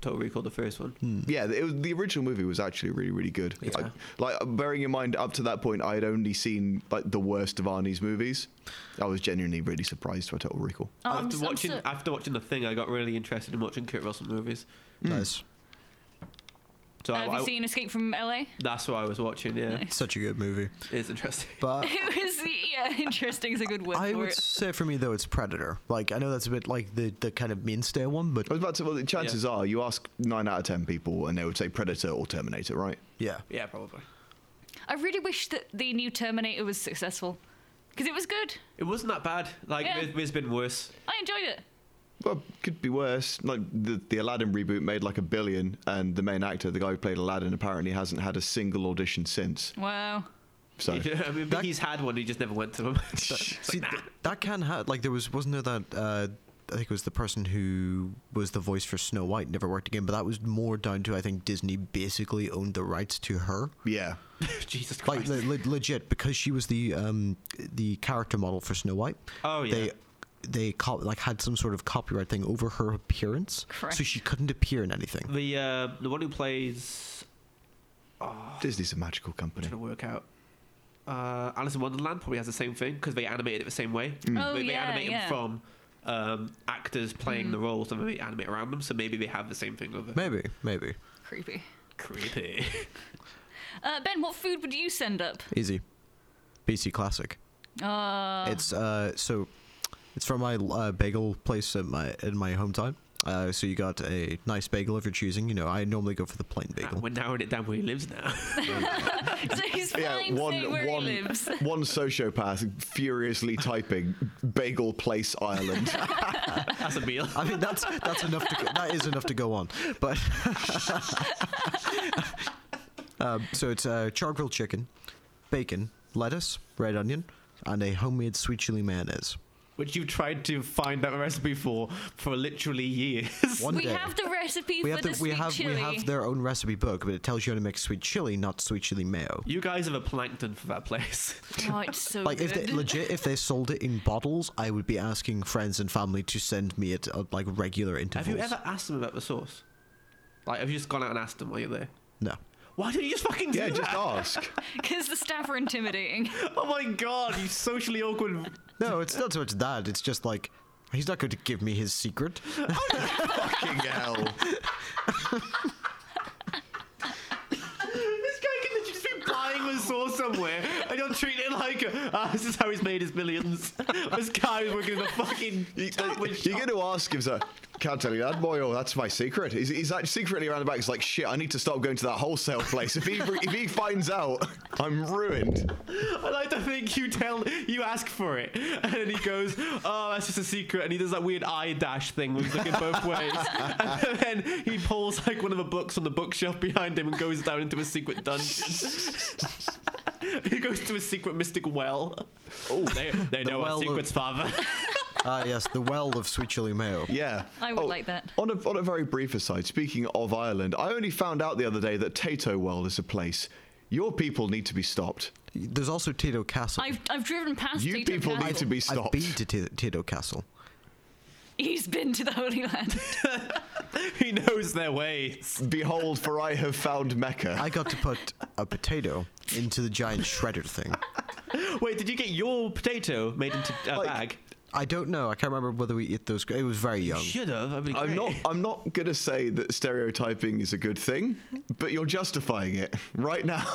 C: Total Recall, the first one.
B: Yeah, it was, the original movie was actually really, really good.
C: Yeah.
B: I- like, bearing in mind, up to that point, I had only seen like the worst of Arnie's movies. I was genuinely really surprised by Total Recall.
A: Oh, I'm
C: after
A: s- I'm
C: watching
A: so-
C: after watching the thing, I got really interested in watching Kurt Russell movies.
A: Mm.
D: Nice,
C: So I,
A: Uh, Have you
C: I-
A: seen Escape from LA?
C: that's what I was watching. Yeah,
D: such a good movie.
C: it's interesting. (laughs)
D: But
A: (laughs) It was yeah, interesting is a good word
D: Uh, I
A: for
D: would
A: it.
D: say for me though, it's Predator. Like, I know that's a bit like the the kind of mainstay one, but
B: I was about to. Well, the chances
C: Yeah.
B: are, you ask nine out of ten people, and they would say Predator or Terminator, right?
D: yeah,
C: Yeah, probably.
A: I really wish that the new Terminator was successful because it was good.
C: It wasn't that bad. Like,
A: Yeah.
C: there- there's been worse. (laughs)
A: I enjoyed it.
B: Well, could be worse. Like the the Aladdin reboot made like a billion, and the main actor, the guy who played Aladdin, apparently hasn't had a single audition since.
A: Wow.
C: (laughs)
B: So
C: I mean,
D: That-
C: he's had one. He just never went to him.
D: See, th- that can have like there was wasn't there that uh, I think it was the person who was the voice for Snow White never worked again, but that was more down to I think Disney basically owned the rights to her.
B: yeah,
C: (laughs) Jesus Christ.
D: Like le- le- legit, because she was the um, the character model for Snow White.
C: Oh, yeah.
D: They they co- like had some sort of copyright thing over her appearance,
A: Correct.
D: so she couldn't appear in anything.
C: the uh, the one who plays oh,
B: Disney's a magical company.
C: trying to work out. Uh, Alice in Wonderland probably has the same thing because they animated it the same way.
D: Mm.
A: Oh,
C: they, they
A: yeah,
C: animate 'em
A: yeah. Mm.
C: from um, actors playing the roles and they animate around them, so maybe they have the same thing over.
D: Maybe, maybe
A: Creepy.
C: Creepy. (laughs)
A: Uh, ben, what food would you send up?
D: easy, BC classic.
A: Uh,
D: It's uh so it's from my uh, bagel place in my in my hometown. Uh, so you got a nice bagel of your choosing. You know, I normally go for the plain
C: Ah,
D: bagel.
C: We're narrowing it down where he lives now.
A: so
D: (laughs)
A: he's fine
B: Yeah,
A: saying
B: one
A: where
B: one
A: he lives. (laughs)
B: one sociopath furiously typing bagel place
A: (laughs)
B: Ireland.
C: (laughs) That's a meal.
D: I mean, that's that's enough. To, go- that is enough to go on. But (laughs) um, so it's uh, char grilled chicken, bacon, lettuce, red onion, and a homemade sweet chili mayonnaise.
C: (laughs) Which you've tried to find that recipe for for literally years. (laughs)
D: One
A: we
D: day.
A: have the recipe
D: we
A: for
D: have
A: the,
D: the, we
A: sweet
D: have
A: chili.
D: we have their own recipe book, but it tells you how to make sweet chili, not sweet chili mayo.
C: You guys have a plankton for that place.
A: (laughs) oh, it's so
D: Like
A: good.
D: if they legit if they sold it in bottles, I would be asking friends and family to send me it at like regular
C: Have
D: intervals.
C: you ever asked them about the sauce? Like, have you just gone out and asked them while you're there?
D: No.
C: Why don't you just fucking do
B: yeah,
C: that?
B: just ask.
A: Because the staff are intimidating.
C: (laughs)
D: (laughs)
C: Oh my god, you socially awkward. (laughs)
D: No, it's not so much that. It's just like he's not going to give me his secret.
B: Fucking
A: (laughs)
B: hell.
C: This guy can literally just be buying the sauce somewhere, and you'll treat it like, ah, this is how he's made his millions. (laughs) this guy is working in the (laughs) fucking
B: You,
C: sandwich
B: you're
C: shop.
B: going to ask him, sir. Can't tell you that, boy. Oh, that's my secret. He's, he's like secretly around the back. He's like, shit. I need to stop going to that wholesale place. If he if he finds out, I'm ruined.
C: (laughs) I like to think you tell, you ask for it, (laughs) and then he goes, oh, that's just a secret, and he does that weird eye dash thing where he's looking (laughs) both ways, and then he pulls like one of the books on the bookshelf behind him and goes down into a secret dungeon. (laughs) he goes to a secret mystic well. Oh, they, they know
D: well
C: our
D: of-
C: secrets, father.
D: Ah, yes, the well of sweet chili mayo.
B: Yeah. Oh,
A: I would like that.
B: On a, on a very brief aside, speaking of Ireland, I only found out the other day that Tato World is a place. Your people need to be stopped.
D: There's also Tito Castle.
A: I've, I've driven past
B: You
A: Tato
B: people need
A: Castle.
B: to be
D: I've
B: stopped.
D: been to Ti- Tito Castle.
A: He's been to the Holy Land.
C: (laughs)
A: (laughs)
C: he knows their ways.
B: Behold, for I have found Mecca.
D: I got to put a potato into the giant shredder thing.
C: Wait, did you get your potato made into a
B: Like-
C: bag?
D: I don't know. I can't remember whether we ate those. It was very young.
C: Should have. That'd be
B: I'm
C: great.
B: not. I'm not gonna say that stereotyping is a good thing, but you're justifying it right now.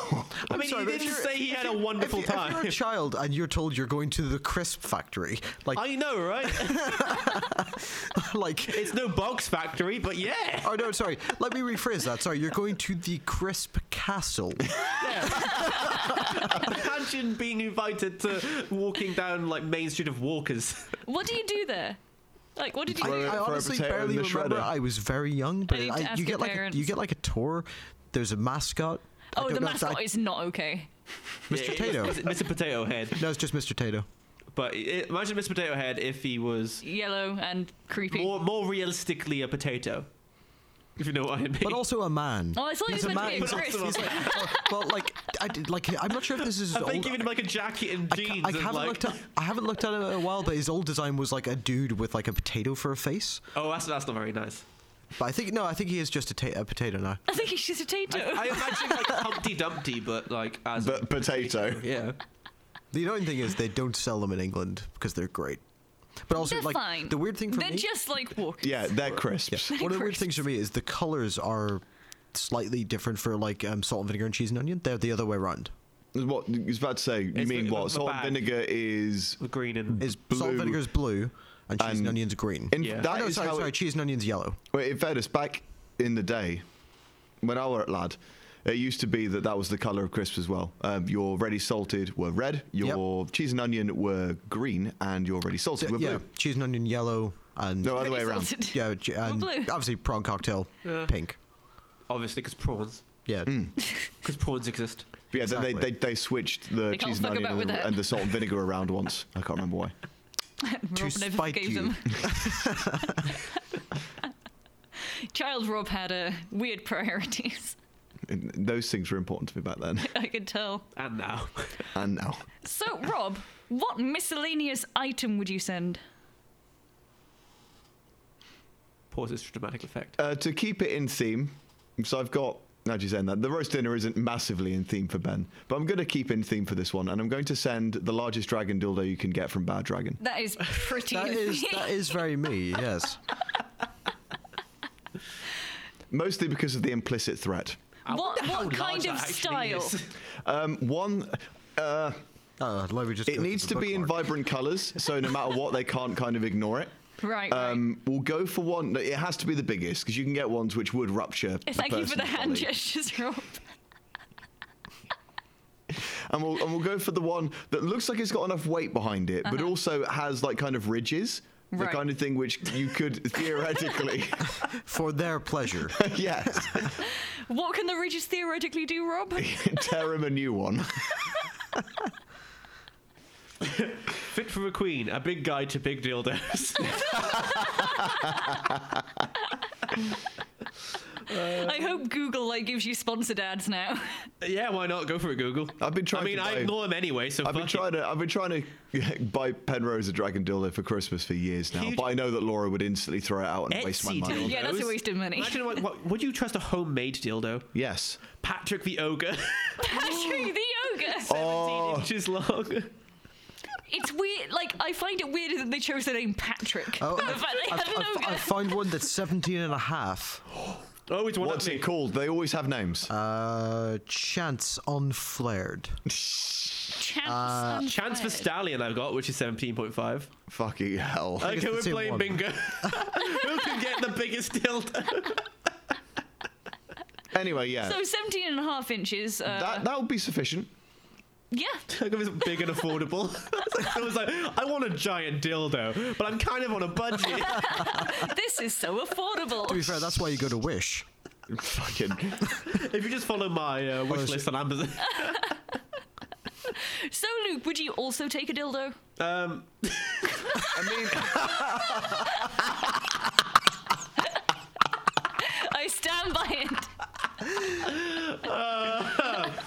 C: I mean,
D: sorry,
C: he
D: but if
C: didn't
D: you're-
C: say he had a
D: If,
C: wonderful
D: you, if you're
C: time.
D: a child and you're told you're going to the crisp factory, like
C: (laughs) I know, right? (laughs)
D: (laughs) like
C: it's no box factory, but
D: (laughs)
C: yeah.
D: Oh no, sorry. Let me rephrase that. Sorry, you're going to the Crisp Castle.
C: Imagine being invited to walking down like Main Street of Walkers.
A: What do you do there? Like, what did you
B: I-
A: do?
B: Throw
D: I
B: a
D: honestly
B: potato
D: barely
B: in the
D: remember.
B: shredder.
D: I was very young, but
A: need to
D: I-
A: ask your
D: you get like a, you
A: parents.
D: get like a tour. There's a mascot. I
A: oh,
D: don't
A: the
D: know if that-
A: mascot is not okay.
D: (laughs) Mr. Potato.
C: Is it Mr. Potato Head.
D: No, it's just Mr. Tato.
C: But i imagine Mr. Potato Head if he was
A: Yellow and creepy.
C: more more realistically a potato. If you know what I mean.
D: But also a man.
A: Oh, I thought he
D: He's
A: was meant to be a
D: man.
A: But
D: (laughs)
A: crisp. also a
D: He's like, well, well, like I did, like I'm not sure if this is his
C: I think
D: old.
C: giving him like a jacket and
D: I,
C: jeans.
D: ca- I
C: and,
D: haven't
C: like-
D: looked at I haven't looked at it in a while, but his old design was like a dude with like a potato for a face.
C: (laughs) Oh, that's that's not very nice.
D: (laughs) But I think no, I think he is just a, ta- a potato now.
A: (laughs) I think he's just a Tato.
C: I imagine like Humpty Dumpty, but like as a-
B: But potato.
C: yeah.
D: The annoying thing is they don't sell them in England because they're great. But also,
A: They're
D: like
A: fine.
D: the weird thing for
A: They're
D: me,
A: just like walkers.
B: Yeah, they're crisps.
D: one of the weird things for me is the colors are slightly different for like um, salt and vinegar and cheese and onion. They're the other way around.
B: What I was about to say? You
C: It's
B: mean
C: the-
B: what?
C: the
B: Salt
C: bag.
B: and vinegar is.
C: The green and
D: Is salt and
B: Blue
D: vinegar is blue and cheese and,
B: and-
D: onion's green. Oh,
B: In,
C: Yeah.
B: that
D: no,
B: is
D: sorry,
B: how.
D: sorry, cheese and onion's yellow.
B: Wait, in fairness, back in the day, when I were at lad, it used to be that that was the colour of crisps as well. Um, your ready salted were red, your cheese and onion were green, and your ready salted were
D: yeah,
B: blue.
D: cheese and onion yellow and
B: No, other way around.
D: yeah, j- and
A: blue.
D: obviously prawn cocktail pink.
C: obviously because prawns,
D: Yeah,
B: Hmm.
C: because prawns exist.
B: But yeah, they,
D: Exactly.
B: they, they switched the
A: They can't
B: cheese and
A: fuck
B: onion
A: about
B: and
A: with
B: the,
A: that.
B: and the salt
A: (laughs)
B: and vinegar around once. I can't remember why.
D: to
A: Rob never
D: spite
A: gave
D: you.
A: them.
D: (laughs)
A: Child Rob had uh, weird priorities. (laughs)
B: And those things were important to me back then
A: I could tell.
C: And now, (laughs)
B: and now.
A: So, Rob, what miscellaneous item would you send?
C: pauses for dramatic effect.
B: Uh, to keep it in theme, so I've got. How do you say that? The roast dinner isn't massively in theme for Ben, but I'm going to keep in theme for this one, and I'm going to send the largest dragon dildo you can get from Bad Dragon.
A: That is pretty. (laughs)
D: that is that is very me. Yes.
B: mostly because of the implicit threat.
C: I
A: What-
C: wonder how
A: what
C: large (laughs)
A: kind
C: that
A: of
C: actually
A: style?
C: is.
B: Um, one, uh,
D: Uh, let me just
B: Um, It
D: go
B: needs
D: the
B: to be in
D: bookmark.
B: vibrant colors, so no matter what, they can't kind of ignore it.
A: Right,
B: Um, we'll go for one. that- It has to be the biggest because you can get ones which would rupture. a
A: Thank you for the
B: person's
A: hand
B: body.
A: gestures, Rob.
B: and we'll and we'll go for the one that looks like it's got enough weight behind it, but also has like kind of ridges. The
A: Uh-huh. Right.
B: kind of thing which you
A: (laughs)
B: could theoretically, (laughs)
D: for their pleasure.
B: yes,
A: What can the ridges theoretically do, Rob?
B: tear him a new one.
C: Fit for a queen, a big guide to big (laughs) dildos.
A: I hope Google like gives you sponsored ads now. (laughs)
C: yeah, why not? Go for it, Google.
B: I've been trying
C: I mean,
B: to
C: I
B: buy-
C: ignore them anyway, so
B: I've been
C: fuck
B: trying to, I've been trying to (laughs) buy Penrose a dragon dildo for Christmas for years now,
C: Huge-
B: but I know that Laura would instantly throw it out and
C: it.
B: waste my
C: Etsy
B: money.
A: dildo.
B: on it.
A: Yeah, that's a
C: dildos.
A: waste of money.
C: Imagine what, what would you trust a homemade dildo?
B: Yes.
C: Patrick the ogre, (laughs)
A: Patrick the ogre.
B: Oh,
C: inches long. Oh,
A: It's weird. Like I find it weird that they chose the name Patrick. (laughs)
D: Oh,
A: the
D: I've,
A: fact they
D: I've,
A: had an
D: I've-
A: ogre.
D: I've found one that's 17 and a half.
C: Oh, it's one
B: what's
C: up
B: it
C: me.
B: called? They always have names.
D: Uh, chance unflared.
A: Chance.
D: uh,
A: unfair.
C: Chance for stallion I've got, which is seventeen point five.
B: Fucking hell.
D: it's
C: Okay,
D: the
C: we're
D: same
C: playing
D: one.
C: bingo. (laughs) Who can get the biggest dildo?
B: anyway, yeah,
A: So 17 and a half inches. Uh,
B: that that would be sufficient.
A: yeah.
C: Look, it was big and affordable. I was like, I want a giant dildo, but I'm kind of on a budget.
A: This is so affordable.
D: (laughs) To be fair, that's why you go to Wish.
B: Fucking
C: if you just follow my uh, wish
D: shit.
C: list on Amazon.
A: So, Luke, would you also take a dildo?
C: Um,
A: I stand by
D: (laughs)
A: it.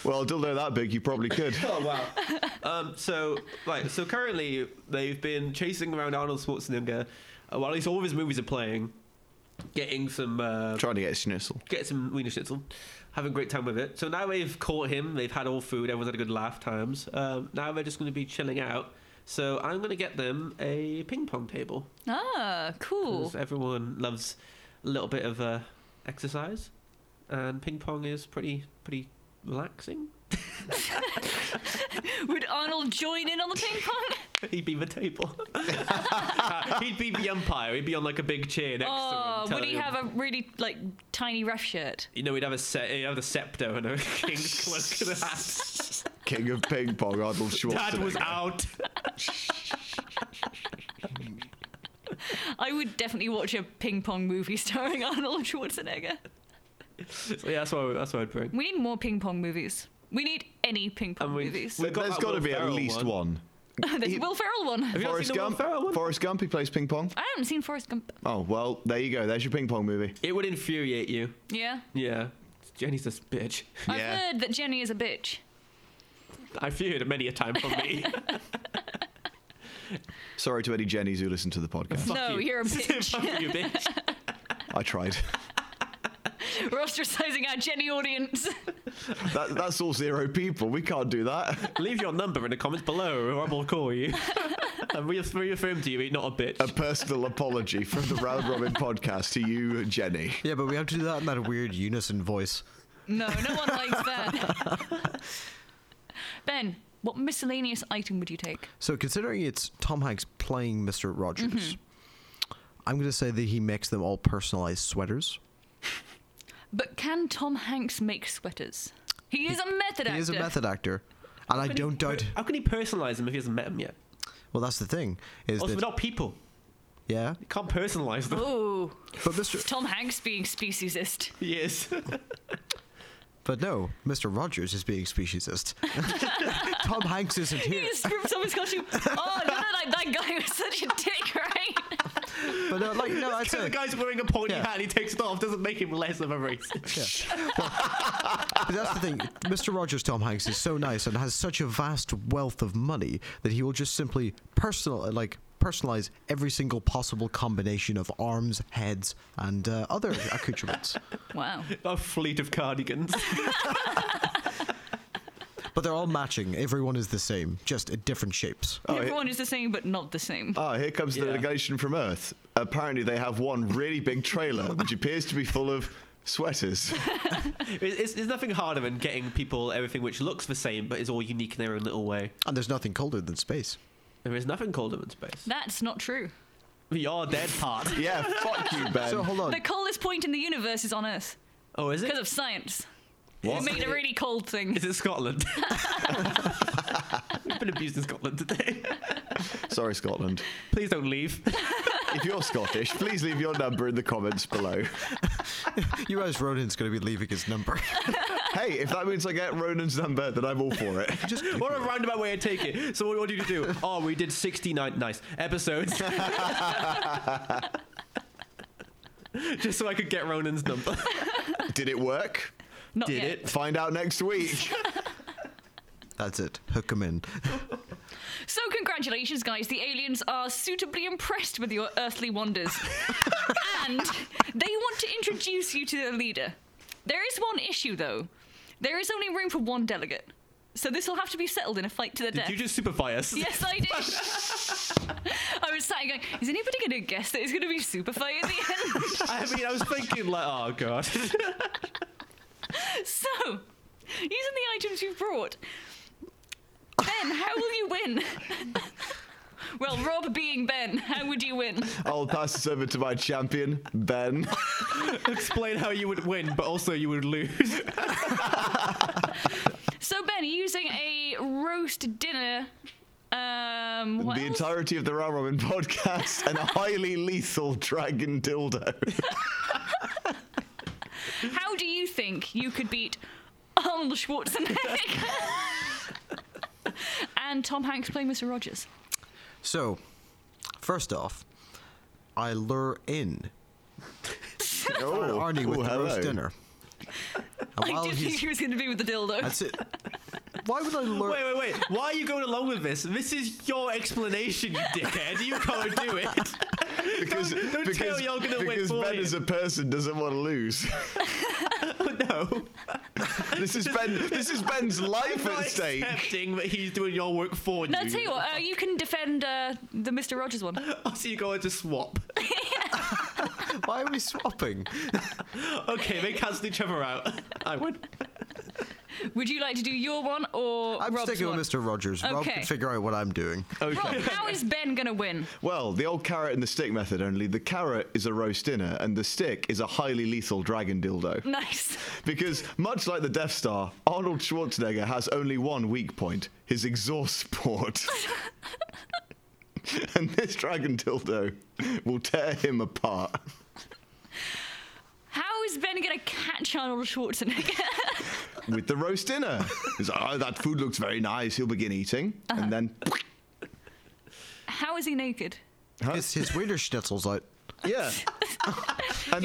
B: well, dildo that big, you probably could.
C: (laughs) oh wow. (laughs) Um, so right, so currently they've been chasing around Arnold Schwarzenegger, uh, well at least all of his movies are playing, getting some uh,
B: Trying to get a schnitzel.
C: get some wiener schnitzel, having a great time with it. So now they've caught him. They've had all food. Everyone's had a good laugh times. Um, now they're just going to be chilling out. So I'm going to get them a ping pong table.
A: Ah, cool.
C: 'Cause Everyone loves a little bit of uh, exercise, and ping pong is pretty pretty relaxing.
A: Would Arnold join in on the ping pong?
C: He'd be the table. (laughs) he'd be the umpire. He'd be on like a big chair next
A: Oh,
C: to him.
A: would he
C: telling
A: have
C: him-
A: a really like tiny ref shirt?
C: You know, he'd have a se- he'd have the scepter and
A: (laughs)
C: a (laughs) king's cloak and a hat.
B: King of ping pong, Arnold Schwarzenegger.
C: Dad was out.
A: I would definitely watch a ping pong movie (laughs) starring Arnold Schwarzenegger.
C: So (laughs) yeah, that's what I would- that's what I'd bring.
A: We need more ping pong movies. We need any ping pong
C: And we-
A: movies.
C: we-
B: There-
C: got
B: There's
C: that
B: got to
C: Will
B: be at
C: Ferrell
B: least
C: one.
A: (laughs)
B: one.
A: There's
B: he-
A: a Will Ferrell one.
C: Have you not
B: Forrest
C: seen the Will
B: Gump.
C: Ferrell one?
B: Forrest Gump. He plays ping pong.
A: I haven't seen Forrest Gump.
B: Oh well, there you go. There's your ping pong movie.
C: It would infuriate you.
A: Yeah.
C: Yeah. Jenny's this bitch.
A: I've
B: Yeah.
A: heard that Jenny is a bitch.
C: I've feared many a time from
A: (laughs)
C: me.
B: Sorry to any Jennies who listen to the podcast.
C: Fuck
A: no,
C: you. (laughs)
A: are a bitch.
C: Fuck you, bitch.
B: I tried.
A: We're ostracizing our Jenny
C: (laughs)
A: audience.
B: That, that's all zero people. We can't do that.
C: Leave your number in the comments below, or I will call
A: (laughs)
C: you. and we reaffirm to you, you're not a bitch.
B: A personal apology from the Round Robin podcast to you, Jenny.
D: Yeah, but we have to do that in that weird unison voice.
A: No, no one likes that. (laughs) ben, what miscellaneous item would you take?
D: So considering it's Tom Hanks playing Mr. Rogers, I'm going to say that he makes them all personalized sweaters.
A: But can Tom Hanks make sweaters? He is a method actor.
D: He is a method actor, and I don't doubt.
C: How can he personalize them if he hasn't met them yet?
D: Well, that's the thing is
C: Also,
D: that
C: they're not people.
D: yeah,
C: You can't personalize (laughs) them.
A: Ooh,
D: but Mr.
A: Tom Hanks being speciesist.
C: Yes.
D: But no, Mr. Rogers is being speciesist. (laughs) Tom Hanks isn't
A: He (laughs)
D: here.
A: is someone's got you. Oh, no, no, no, that guy was such a dick,
C: (laughs)
A: right?
D: But no, like no, I'd
C: Because the
D: say
C: guy's wearing a pointy
D: Yeah.
C: hat and he takes it off doesn't make him less of a racist. (laughs)
D: but that's the thing. (laughs) Mr. Rogers, Tom Hanks is so nice and has such a vast wealth of money that he will just simply personal like personalize every single possible combination of arms, heads, and uh, other (laughs) accoutrements.
A: Wow.
C: a fleet of (laughs) cardigans.
D: But they're all matching. Everyone is the same, just at different shapes.
C: Oh,
B: it-
A: Everyone is the same, but not the same.
C: Uh,
B: Ah, here comes the
C: Yeah.
D: (laughs)
B: delegation from Earth. Apparently, they have one really big trailer which appears to be full of sweaters.
C: It's, it's, there's nothing harder than getting people everything which looks the same but is all unique in their own little way.
D: And there's nothing colder than space.
C: There is nothing colder than space.
A: That's not true.
C: Your dead part.
B: yeah, fuck you, Ben.
A: (laughs)
D: So hold on.
A: The coldest point in the universe is on Earth
C: Oh, is
A: because
C: it?
A: of science.
C: What?
A: We made a really cold thing.
C: Is it Scotland? We've been abused in Scotland today.
B: Sorry, Scotland.
C: Please don't (laughs) leave.
B: If you're Scottish, please leave your number in the comments below.
D: You guys, Rodin's going to be leaving his number. (laughs)
B: Hey, if that means I get Ronan's number, then I'm all for it.
D: (laughs) Just
C: What a roundabout way to take it. So what, what did you do? Oh, we did 69 nice (laughs) episodes. Just so I could get Ronan's number.
B: Did it work?
A: Not
C: Did
A: yet.
C: it?
B: Find out next week.
D: That's it. Hook him in.
A: So congratulations, guys. The aliens are suitably impressed with your earthly
C: (laughs)
A: wonders, and they want to introduce you to their leader. There is one issue, though. There is only room for one delegate, so this will have to be settled in a fight to the
C: Did
A: death.
C: you just superfy us?
A: Yes, I did. (laughs) I was sat here going, is anybody going to guess that it's going to be Superfly at the end?
C: I mean, I was thinking like, oh (laughs) god.
A: So, using the items you've brought, Ben, how will you win? (laughs) well, Rob being Ben, how would you win?
B: I'll pass this over to my champion,
D: (laughs)
B: Ben.
C: Explain how you would win, but also you would lose.
A: So, Ben, using a roast dinner. Um, what
B: the
A: else?
B: entirety of the Ram Ramen podcast and a highly lethal dragon
D: (laughs)
B: dildo.
A: How do you think you could beat Arnold Schwarzenegger (laughs) and Tom Hanks playing Mr. Rogers?
D: So, first off, I lure in
B: Oh,
D: Arnie with
B: oh,
D: the roast
A: (laughs)
B: hello.
D: dinner. And
A: I
D: while
A: did think
D: he's,
A: he was going to be with the dildo.
D: that's it. Why would I lure?
C: Wait, wait, wait. Why are you going along with this? This is your explanation, you dickhead. You can't do it.
B: Because,
C: Don't- don't
B: because,
C: tell you're gonna win
B: because
C: for
B: Ben
C: you.
B: as a person doesn't want to lose.
C: (laughs) (laughs) Oh (laughs) no.
B: This is Ben. This is
C: (laughs)
B: Ben's life
C: Not
B: at stake.
C: accepting that he's doing your work for
A: no,
C: you.
A: tell you what, uh, you can defend uh, the Mr. Rogers one.
C: Oh, (laughs) so you go into swap.
D: Why are we swapping?
C: Okay, they cancel each other out. I would.
A: Would you like to do your one or
D: I'm
A: Rob's
D: sticking
A: one?
D: with Mr. Rogers. Rob
A: Okay.
D: can figure out what I'm doing.
A: Rob, how is Ben gonna win?
B: Well, the old carrot and the stick method. Only the carrot is a roast dinner, and the stick is a highly lethal dragon dildo.
C: Mm.
A: Nice.
B: Because much like the Death Star, Arnold Schwarzenegger has only one weak point: his exhaust port. (laughs) and this dragon dildo will tear him apart.
A: How is Ben gonna catch Arnold Schwarzenegger?
B: with the roast dinner. He's like, oh, that food looks very nice. He'll begin eating,
C: Uh-huh.
B: and then
A: (laughs) how is he naked?
D: His, his wiener schnitzel's out.
A: (laughs)
B: yeah, and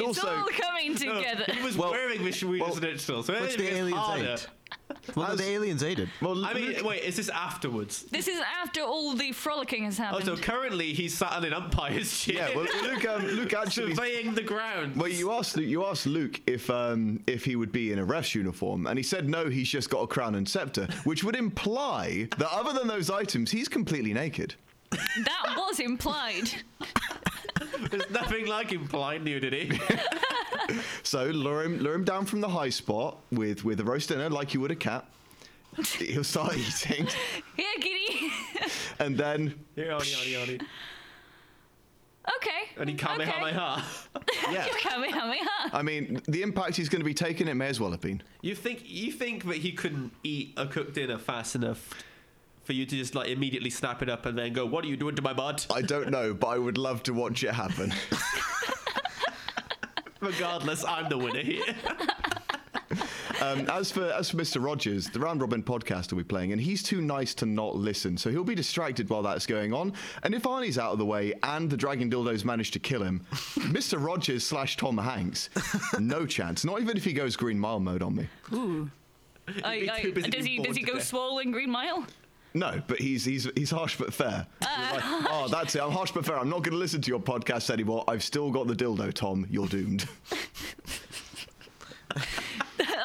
A: It's
B: also.
A: all
C: (laughs)
A: coming together.
C: Oh, He was
B: Well-
C: wearing the Shawini's
B: well,
C: initial, so
D: Which
C: it's
D: the aliens
C: harder.
D: ate. Well, no, the aliens ate it.
B: well,
C: I mean, wait, is this afterwards?
A: This is after all the frolicking has
C: Oh,
A: happened.
C: so currently he's sat on an umpire's chair.
B: yeah. Well, Luke, um, Luke actually.
C: (laughs) surveying the ground.
B: Well, you asked Luke, you asked Luke if um, if he would be in a ref's uniform, and he said no. He's just got a crown and scepter, which would imply that other than those items, he's completely naked.
A: that was implied. (laughs)
C: There's nothing like implied (laughs) nudity.
B: So lure him, lure him down from the high spot with with a roast dinner, like you would a cat. He'll start (laughs) eating,
A: Here, giddy.
B: and then
C: Here, Arnie, Arnie, Arnie.
A: (laughs) okay.
C: And he
A: okay.
C: kamehameha.
B: yeah.
A: (laughs) Kamehameha.
B: I mean, the impact he's going to be taking, it may as well have been.
C: You think you think that he couldn't eat a cooked dinner fast enough for you to just like immediately snap it up and then go, "What are you doing to my bud?"
B: I don't know, but I would love to watch it happen. (laughs)
C: Regardless, I'm the winner here. (laughs)
B: Um, as for as for Mr. Rogers, the round robin podcast will be playing, and he's too nice to not listen, so he'll be distracted while that's going on. And if Arnie's out of the way and the dragon dildos manage to kill him, (laughs) Mr. Rogers slash Tom Hanks, no (laughs) chance. Not even if he goes Green Mile mode on me.
A: Ooh. I,
C: be
A: I,
C: too busy
A: does
C: being
A: he
C: bored
A: does he
C: to
A: go
C: death.
A: swollen Green Mile? (laughs)
B: No, but he's he's he's harsh but fair.
A: Ah.
B: He's like, oh, that's it. I'm harsh but fair. I'm not going to listen to your podcast anymore. I've still got the dildo, Tom. You're doomed. (laughs)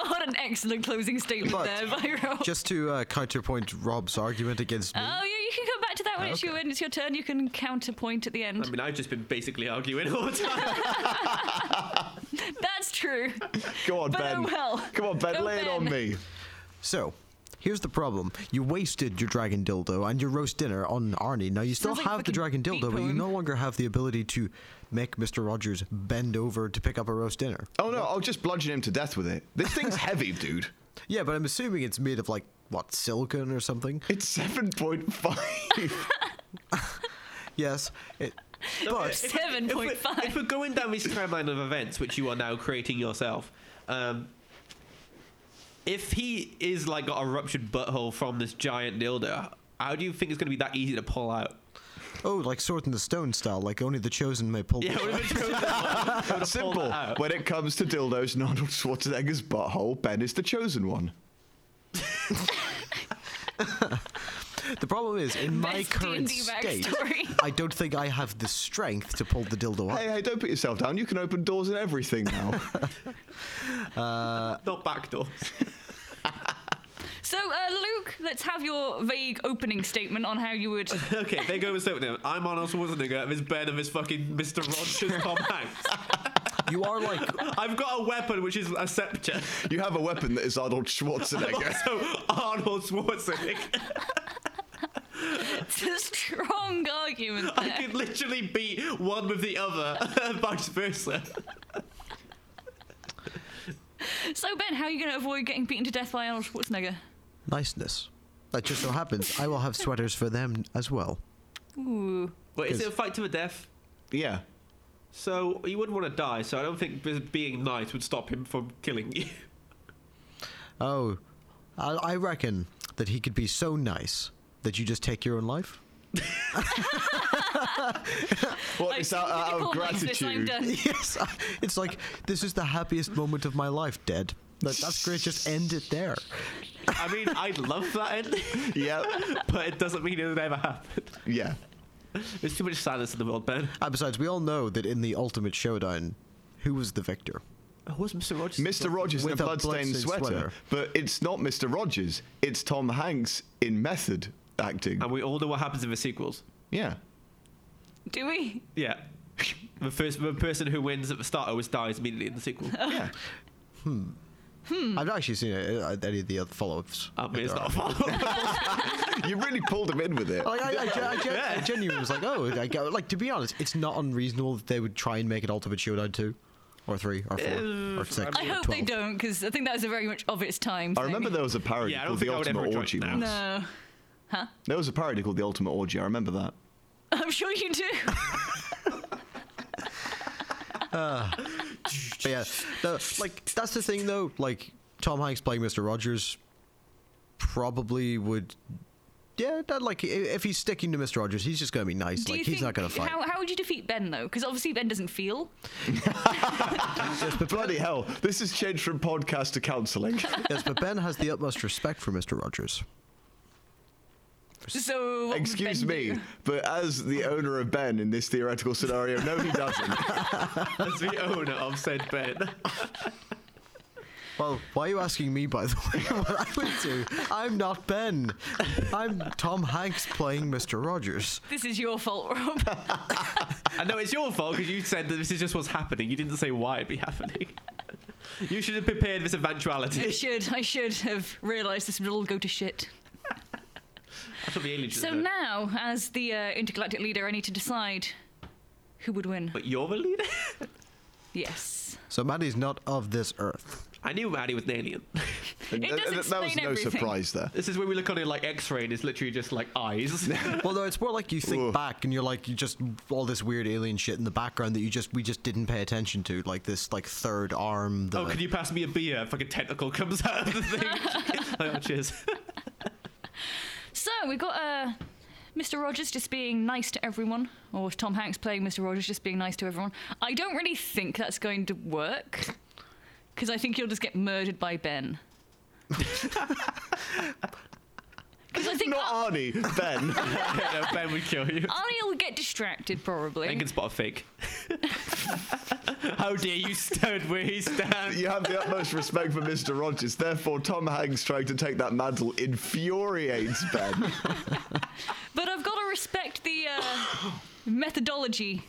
A: what an excellent closing statement
D: But-
A: there, by Rob.
D: Just to uh, counterpoint Rob's argument against me.
A: (laughs) Oh, yeah, you can come back to that when it's
D: Okay.
A: your when it's your turn. You can counterpoint at the
C: I
A: end.
C: mean, I've just been basically arguing all the time.
A: That's
C: (laughs)
A: true.
B: Go on,
A: But
B: Ben.
A: oh well.
B: Come on, Ben,
A: Oh,
B: lay it on
A: Ben.
B: me.
D: So, here's the problem. You wasted your dragon dildo and your roast dinner on Arnie. Now, you still
A: Sounds like a
D: have the
A: fucking
D: dragon
A: beat
D: dildo, but you
A: poem.
D: no longer have the ability to make Mr. Rogers bend over to pick up a roast dinner.
B: Oh no, I'll just bludgeon him to death with it. This thing's heavy, dude.
D: Yeah, but I'm assuming it's made of, like, what, silicon or something?
B: It's seven point
C: (laughs)
B: five.
D: Yes. It, but
A: Seven point
C: If we're, if
A: five.
C: we're going down this timeline of events, which you are now creating yourself, um, if he is like got a ruptured butthole from this giant dildo, how do you think it's going to be that easy to pull out?
D: Oh, like Sword in the Stone style, like only the chosen may pull.
C: Yeah,
D: the-
C: what if it goes out? How to pull
B: Simple.
C: that out?
B: When it comes to dildos and Arnold Schwarzenegger's butthole, Ben is the chosen one.
D: (laughs) The problem is, in my
A: Best
D: current
A: D&D
D: state,
A: backstory.
D: (laughs) I don't think I have the strength to pull the dildo
B: Hey,
D: out.
B: hey, don't put yourself down. You can open doors and everything
C: (laughs)
B: now.
C: Not backdoor.
A: So, uh, Luke, let's have your vague opening statement on how you
B: (laughs)
A: would.
C: (laughs)
A: (laughs)
C: okay, they go with something. I'm Arnold Schwarzenegger. This Ben and this fucking Mr. (laughs) Rogers Tom Hanks.
D: You are like (laughs)
C: I've got a weapon which is a scepter. (laughs)
B: you have a weapon that is Arnold Schwarzenegger.
C: So Arnold Schwarzenegger,
A: It's a strong argument
C: I
A: there.
C: could literally beat one with the other, (laughs) and vice versa.
A: So, Ben, how are you going to avoid getting beaten to death by Arnold Schwarzenegger?
D: niceness. That just so happens I will have sweaters for them as well.
A: Ooh.
C: Wait, is
D: Yes.
C: it a fight to the death?
B: yeah.
C: So you wouldn't want to die. So I don't think b- being nice would stop him from killing you.
D: Oh, I, I reckon that he could be so nice that you just take your own life.
B: Well,
A: Like,
B: it's out,
A: if you
B: out of
A: call me like this, I'm
B: gratitude.
A: done.
D: Yes, I- (laughs) it's like this is the happiest moment of my life. Dead. That, that's great. Just end it there.
C: I mean, I'd love that (laughs) ending,
B: yeah.
C: but it doesn't mean it would ever happen. (laughs)
B: Yeah.
C: There's too much silence in the world, Ben.
D: And besides, we all know that in the ultimate showdown, who was the victor?
C: Oh, what's Mr. Rogers?
B: Mr. Rogers in a
D: With a
B: bloodstained
D: bloodstained
B: sweater,
D: sweater.
B: But it's not Mr. Rogers. It's Tom Hanks in method acting.
C: And we all know what happens in the sequels. (laughs)
B: yeah.
A: Do we?
C: Yeah. (laughs) The first the person who wins at the start always dies immediately in
A: (laughs)
C: the sequel.
B: Yeah.
D: I've not actually seen uh, any of the other follow-ups.
A: Oh,
C: I mean, it's not a (laughs) follow-up.
B: you really pulled him in with
A: Oh,
B: it.
D: Like I, I,
A: (laughs)
D: gen- I, gen- I genuinely was like, oh, I go- like to be honest, it's not unreasonable that they would try and make an Ultimate Showdown two, or three, or four,
C: Uh,
D: or six.
C: I
A: I
D: or
A: hope
D: 12.
A: they don't, because I think that was a very much of its time.
B: I remember
A: thing.
B: there was a parody
C: Yeah, I
B: called
C: don't
B: The
C: think I would ever
B: Ultimate
C: enjoy it
B: Orgy
C: now.
B: once.
A: No. (laughs)
B: There was a parody called The Ultimate Orgy. I remember that.
A: I'm sure you
B: (laughs)
A: do.
D: But yeah, the, like that's the thing though. Like Tom Hanks playing Mr. Rogers probably would. Yeah, that like i- if he's sticking to Mr. Rogers, he's just gonna be nice.
A: do
D: like
A: you
D: he's not gonna
A: think-
D: fight.
A: How, how would you defeat Ben, though? Because obviously Ben doesn't feel. (laughs)
B: But bloody hell, this has changed from podcast to counselling.
D: yes, but Ben has the utmost respect for Mr. Rogers.
A: So. (laughs) what would
B: Excuse
A: Ben
B: me,
A: do?
B: but as the owner of Ben in this theoretical scenario, no, he
A: (laughs)
B: doesn't.
C: as the owner of said Ben.
D: Well, why are you asking me, by the way, (laughs) what I would do? I'm not Ben. I'm Tom Hanks playing Mr. Rogers.
A: This is your fault, Rob.
B: (laughs)
C: I know it's your fault because you said that this is just what's happening. You didn't say why it'd be happening. (laughs) You should have prepared this
A: I
C: eventuality.
A: should. I should have realised this would all go to shit.
C: That's what the aliens should
A: So
C: have done.
A: now, as the uh, intergalactic leader, I need to decide who would win.
C: But you're the leader? (laughs)
A: Yes.
D: So Maddie's not of this earth.
C: I knew Maddie was an alien. (laughs)
A: It does
B: that, that was
A: explain
B: no
A: everything.
B: surprise there.
C: This is where we look on it like x ray and it's literally just like eyes.
D: Well, no, it's more like you think
B: Ooh.
D: back and you're like, you just all this weird alien shit in the background that you just we just didn't pay attention to, like this like third arm. The,
C: oh, can you pass me a beer? Fucking tentacle comes out of the thing.
A: (laughs)
C: (laughs) oh, cheers.
A: So we got uh, Mr. Rogers just being nice to everyone, or Tom Hanks playing Mr. Rogers just being nice to everyone. I don't really think that's going to work, because I think you'll just get murdered by Ben. Because I think Ar-
B: Not Arnie, Ben.
A: (laughs)
C: Yeah, no, ben would kill you.
A: Arnie will get distracted
C: I
A: probably.
C: can spot a fake. How dare you stand where he stands?
B: You have the utmost respect for Mr. Rogers. Therefore, Tom Hanks trying to take that mantle infuriates Ben. (laughs)
A: But I've got to respect the uh, methodology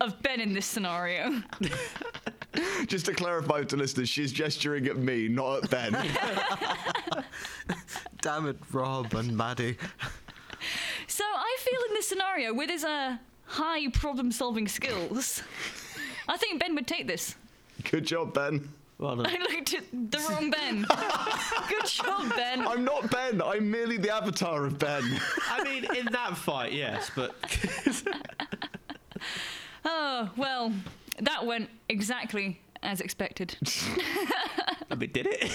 A: of Ben in this scenario.
B: Just to clarify to listeners, she's gesturing at me, not
A: (laughs)
B: at Ben.
D: Damn it, Rob and Maddie.
A: So I feel in this scenario, with his uh, high problem-solving skills, I think Ben would take this. (laughs)
B: Good job, Ben.
C: Well done.
A: I looked at the wrong Ben. (laughs) Good job, Ben.
B: I'm not Ben. I'm merely the avatar of Ben.
C: I mean, in that fight, yes, but
A: Oh well, that went exactly as
D: (laughs)
A: expected.
C: I mean, did it?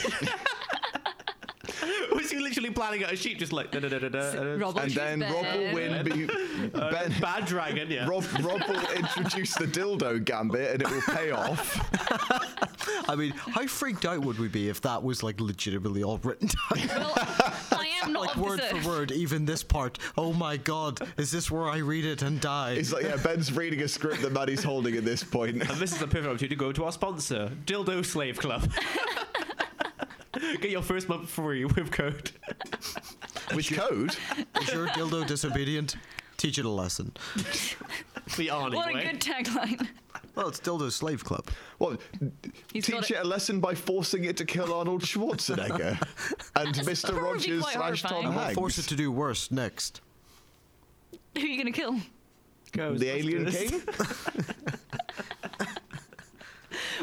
C: Was you literally planning out a sheep just like da da da da da?
A: Rob will
B: and
A: choose
B: then
A: ben.
B: Rob will win.
D: (laughs)
B: Be- ben.
C: Bad dragon, yeah.
B: Rob, Rob will introduce the dildo gambit and it will pay off.
D: I mean, how freaked out would we be if that was like legitimately all written
C: (laughs)
D: down?
A: Well, I am not
D: like
A: of
D: word
A: this earth.
D: for word, even this part. Oh my god, is this where I read it and die?
B: It's like, yeah, Ben's reading a script that Maddie's holding at this
D: (laughs)
B: point.
C: And this is a perfect opportunity to go to our sponsor, Dildo Slave Club. Get your first month free with code.
B: With code,
D: Is your dildo disobedient? Teach it a lesson.
C: The Arnie
A: What
C: way.
A: a good tagline. (laughs)
D: Well, it's dildo slave club.
B: well,
A: He's got
B: teach it a lesson by forcing it to kill
A: (laughs)
B: Arnold Schwarzenegger and Mr.
A: probably
B: Rogers
A: quite
B: slash Tom
A: horrifying.
D: We'll
B: Hanks.
D: force it to do worse next.
A: Who are you gonna kill?
C: Goes
B: the Alien
C: Busters.
B: King?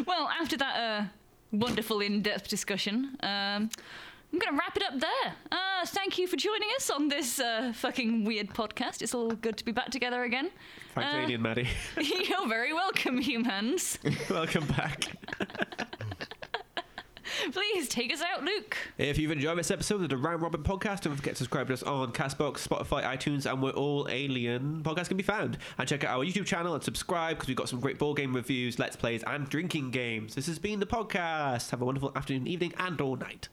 A: Well, after that uh, wonderful in-depth discussion, um, I'm going to wrap it up there. Uh, thank you for joining us on this uh, fucking weird podcast. It's all good to be back together again.
C: Thanks,
A: Uh,
C: Alien Maddie.
A: (laughs) You're very welcome, humans.
C: Welcome back.
A: Please take us out, Luke.
C: If you've enjoyed this episode of the Round Robin Podcast, don't forget to subscribe to us on Castbox, Spotify, iTunes, and where all Alien podcasts can be found. And check out our YouTube channel and subscribe because we've got some great board game reviews, let's plays, and drinking games. This has been the podcast. Have a wonderful afternoon, evening, and all night.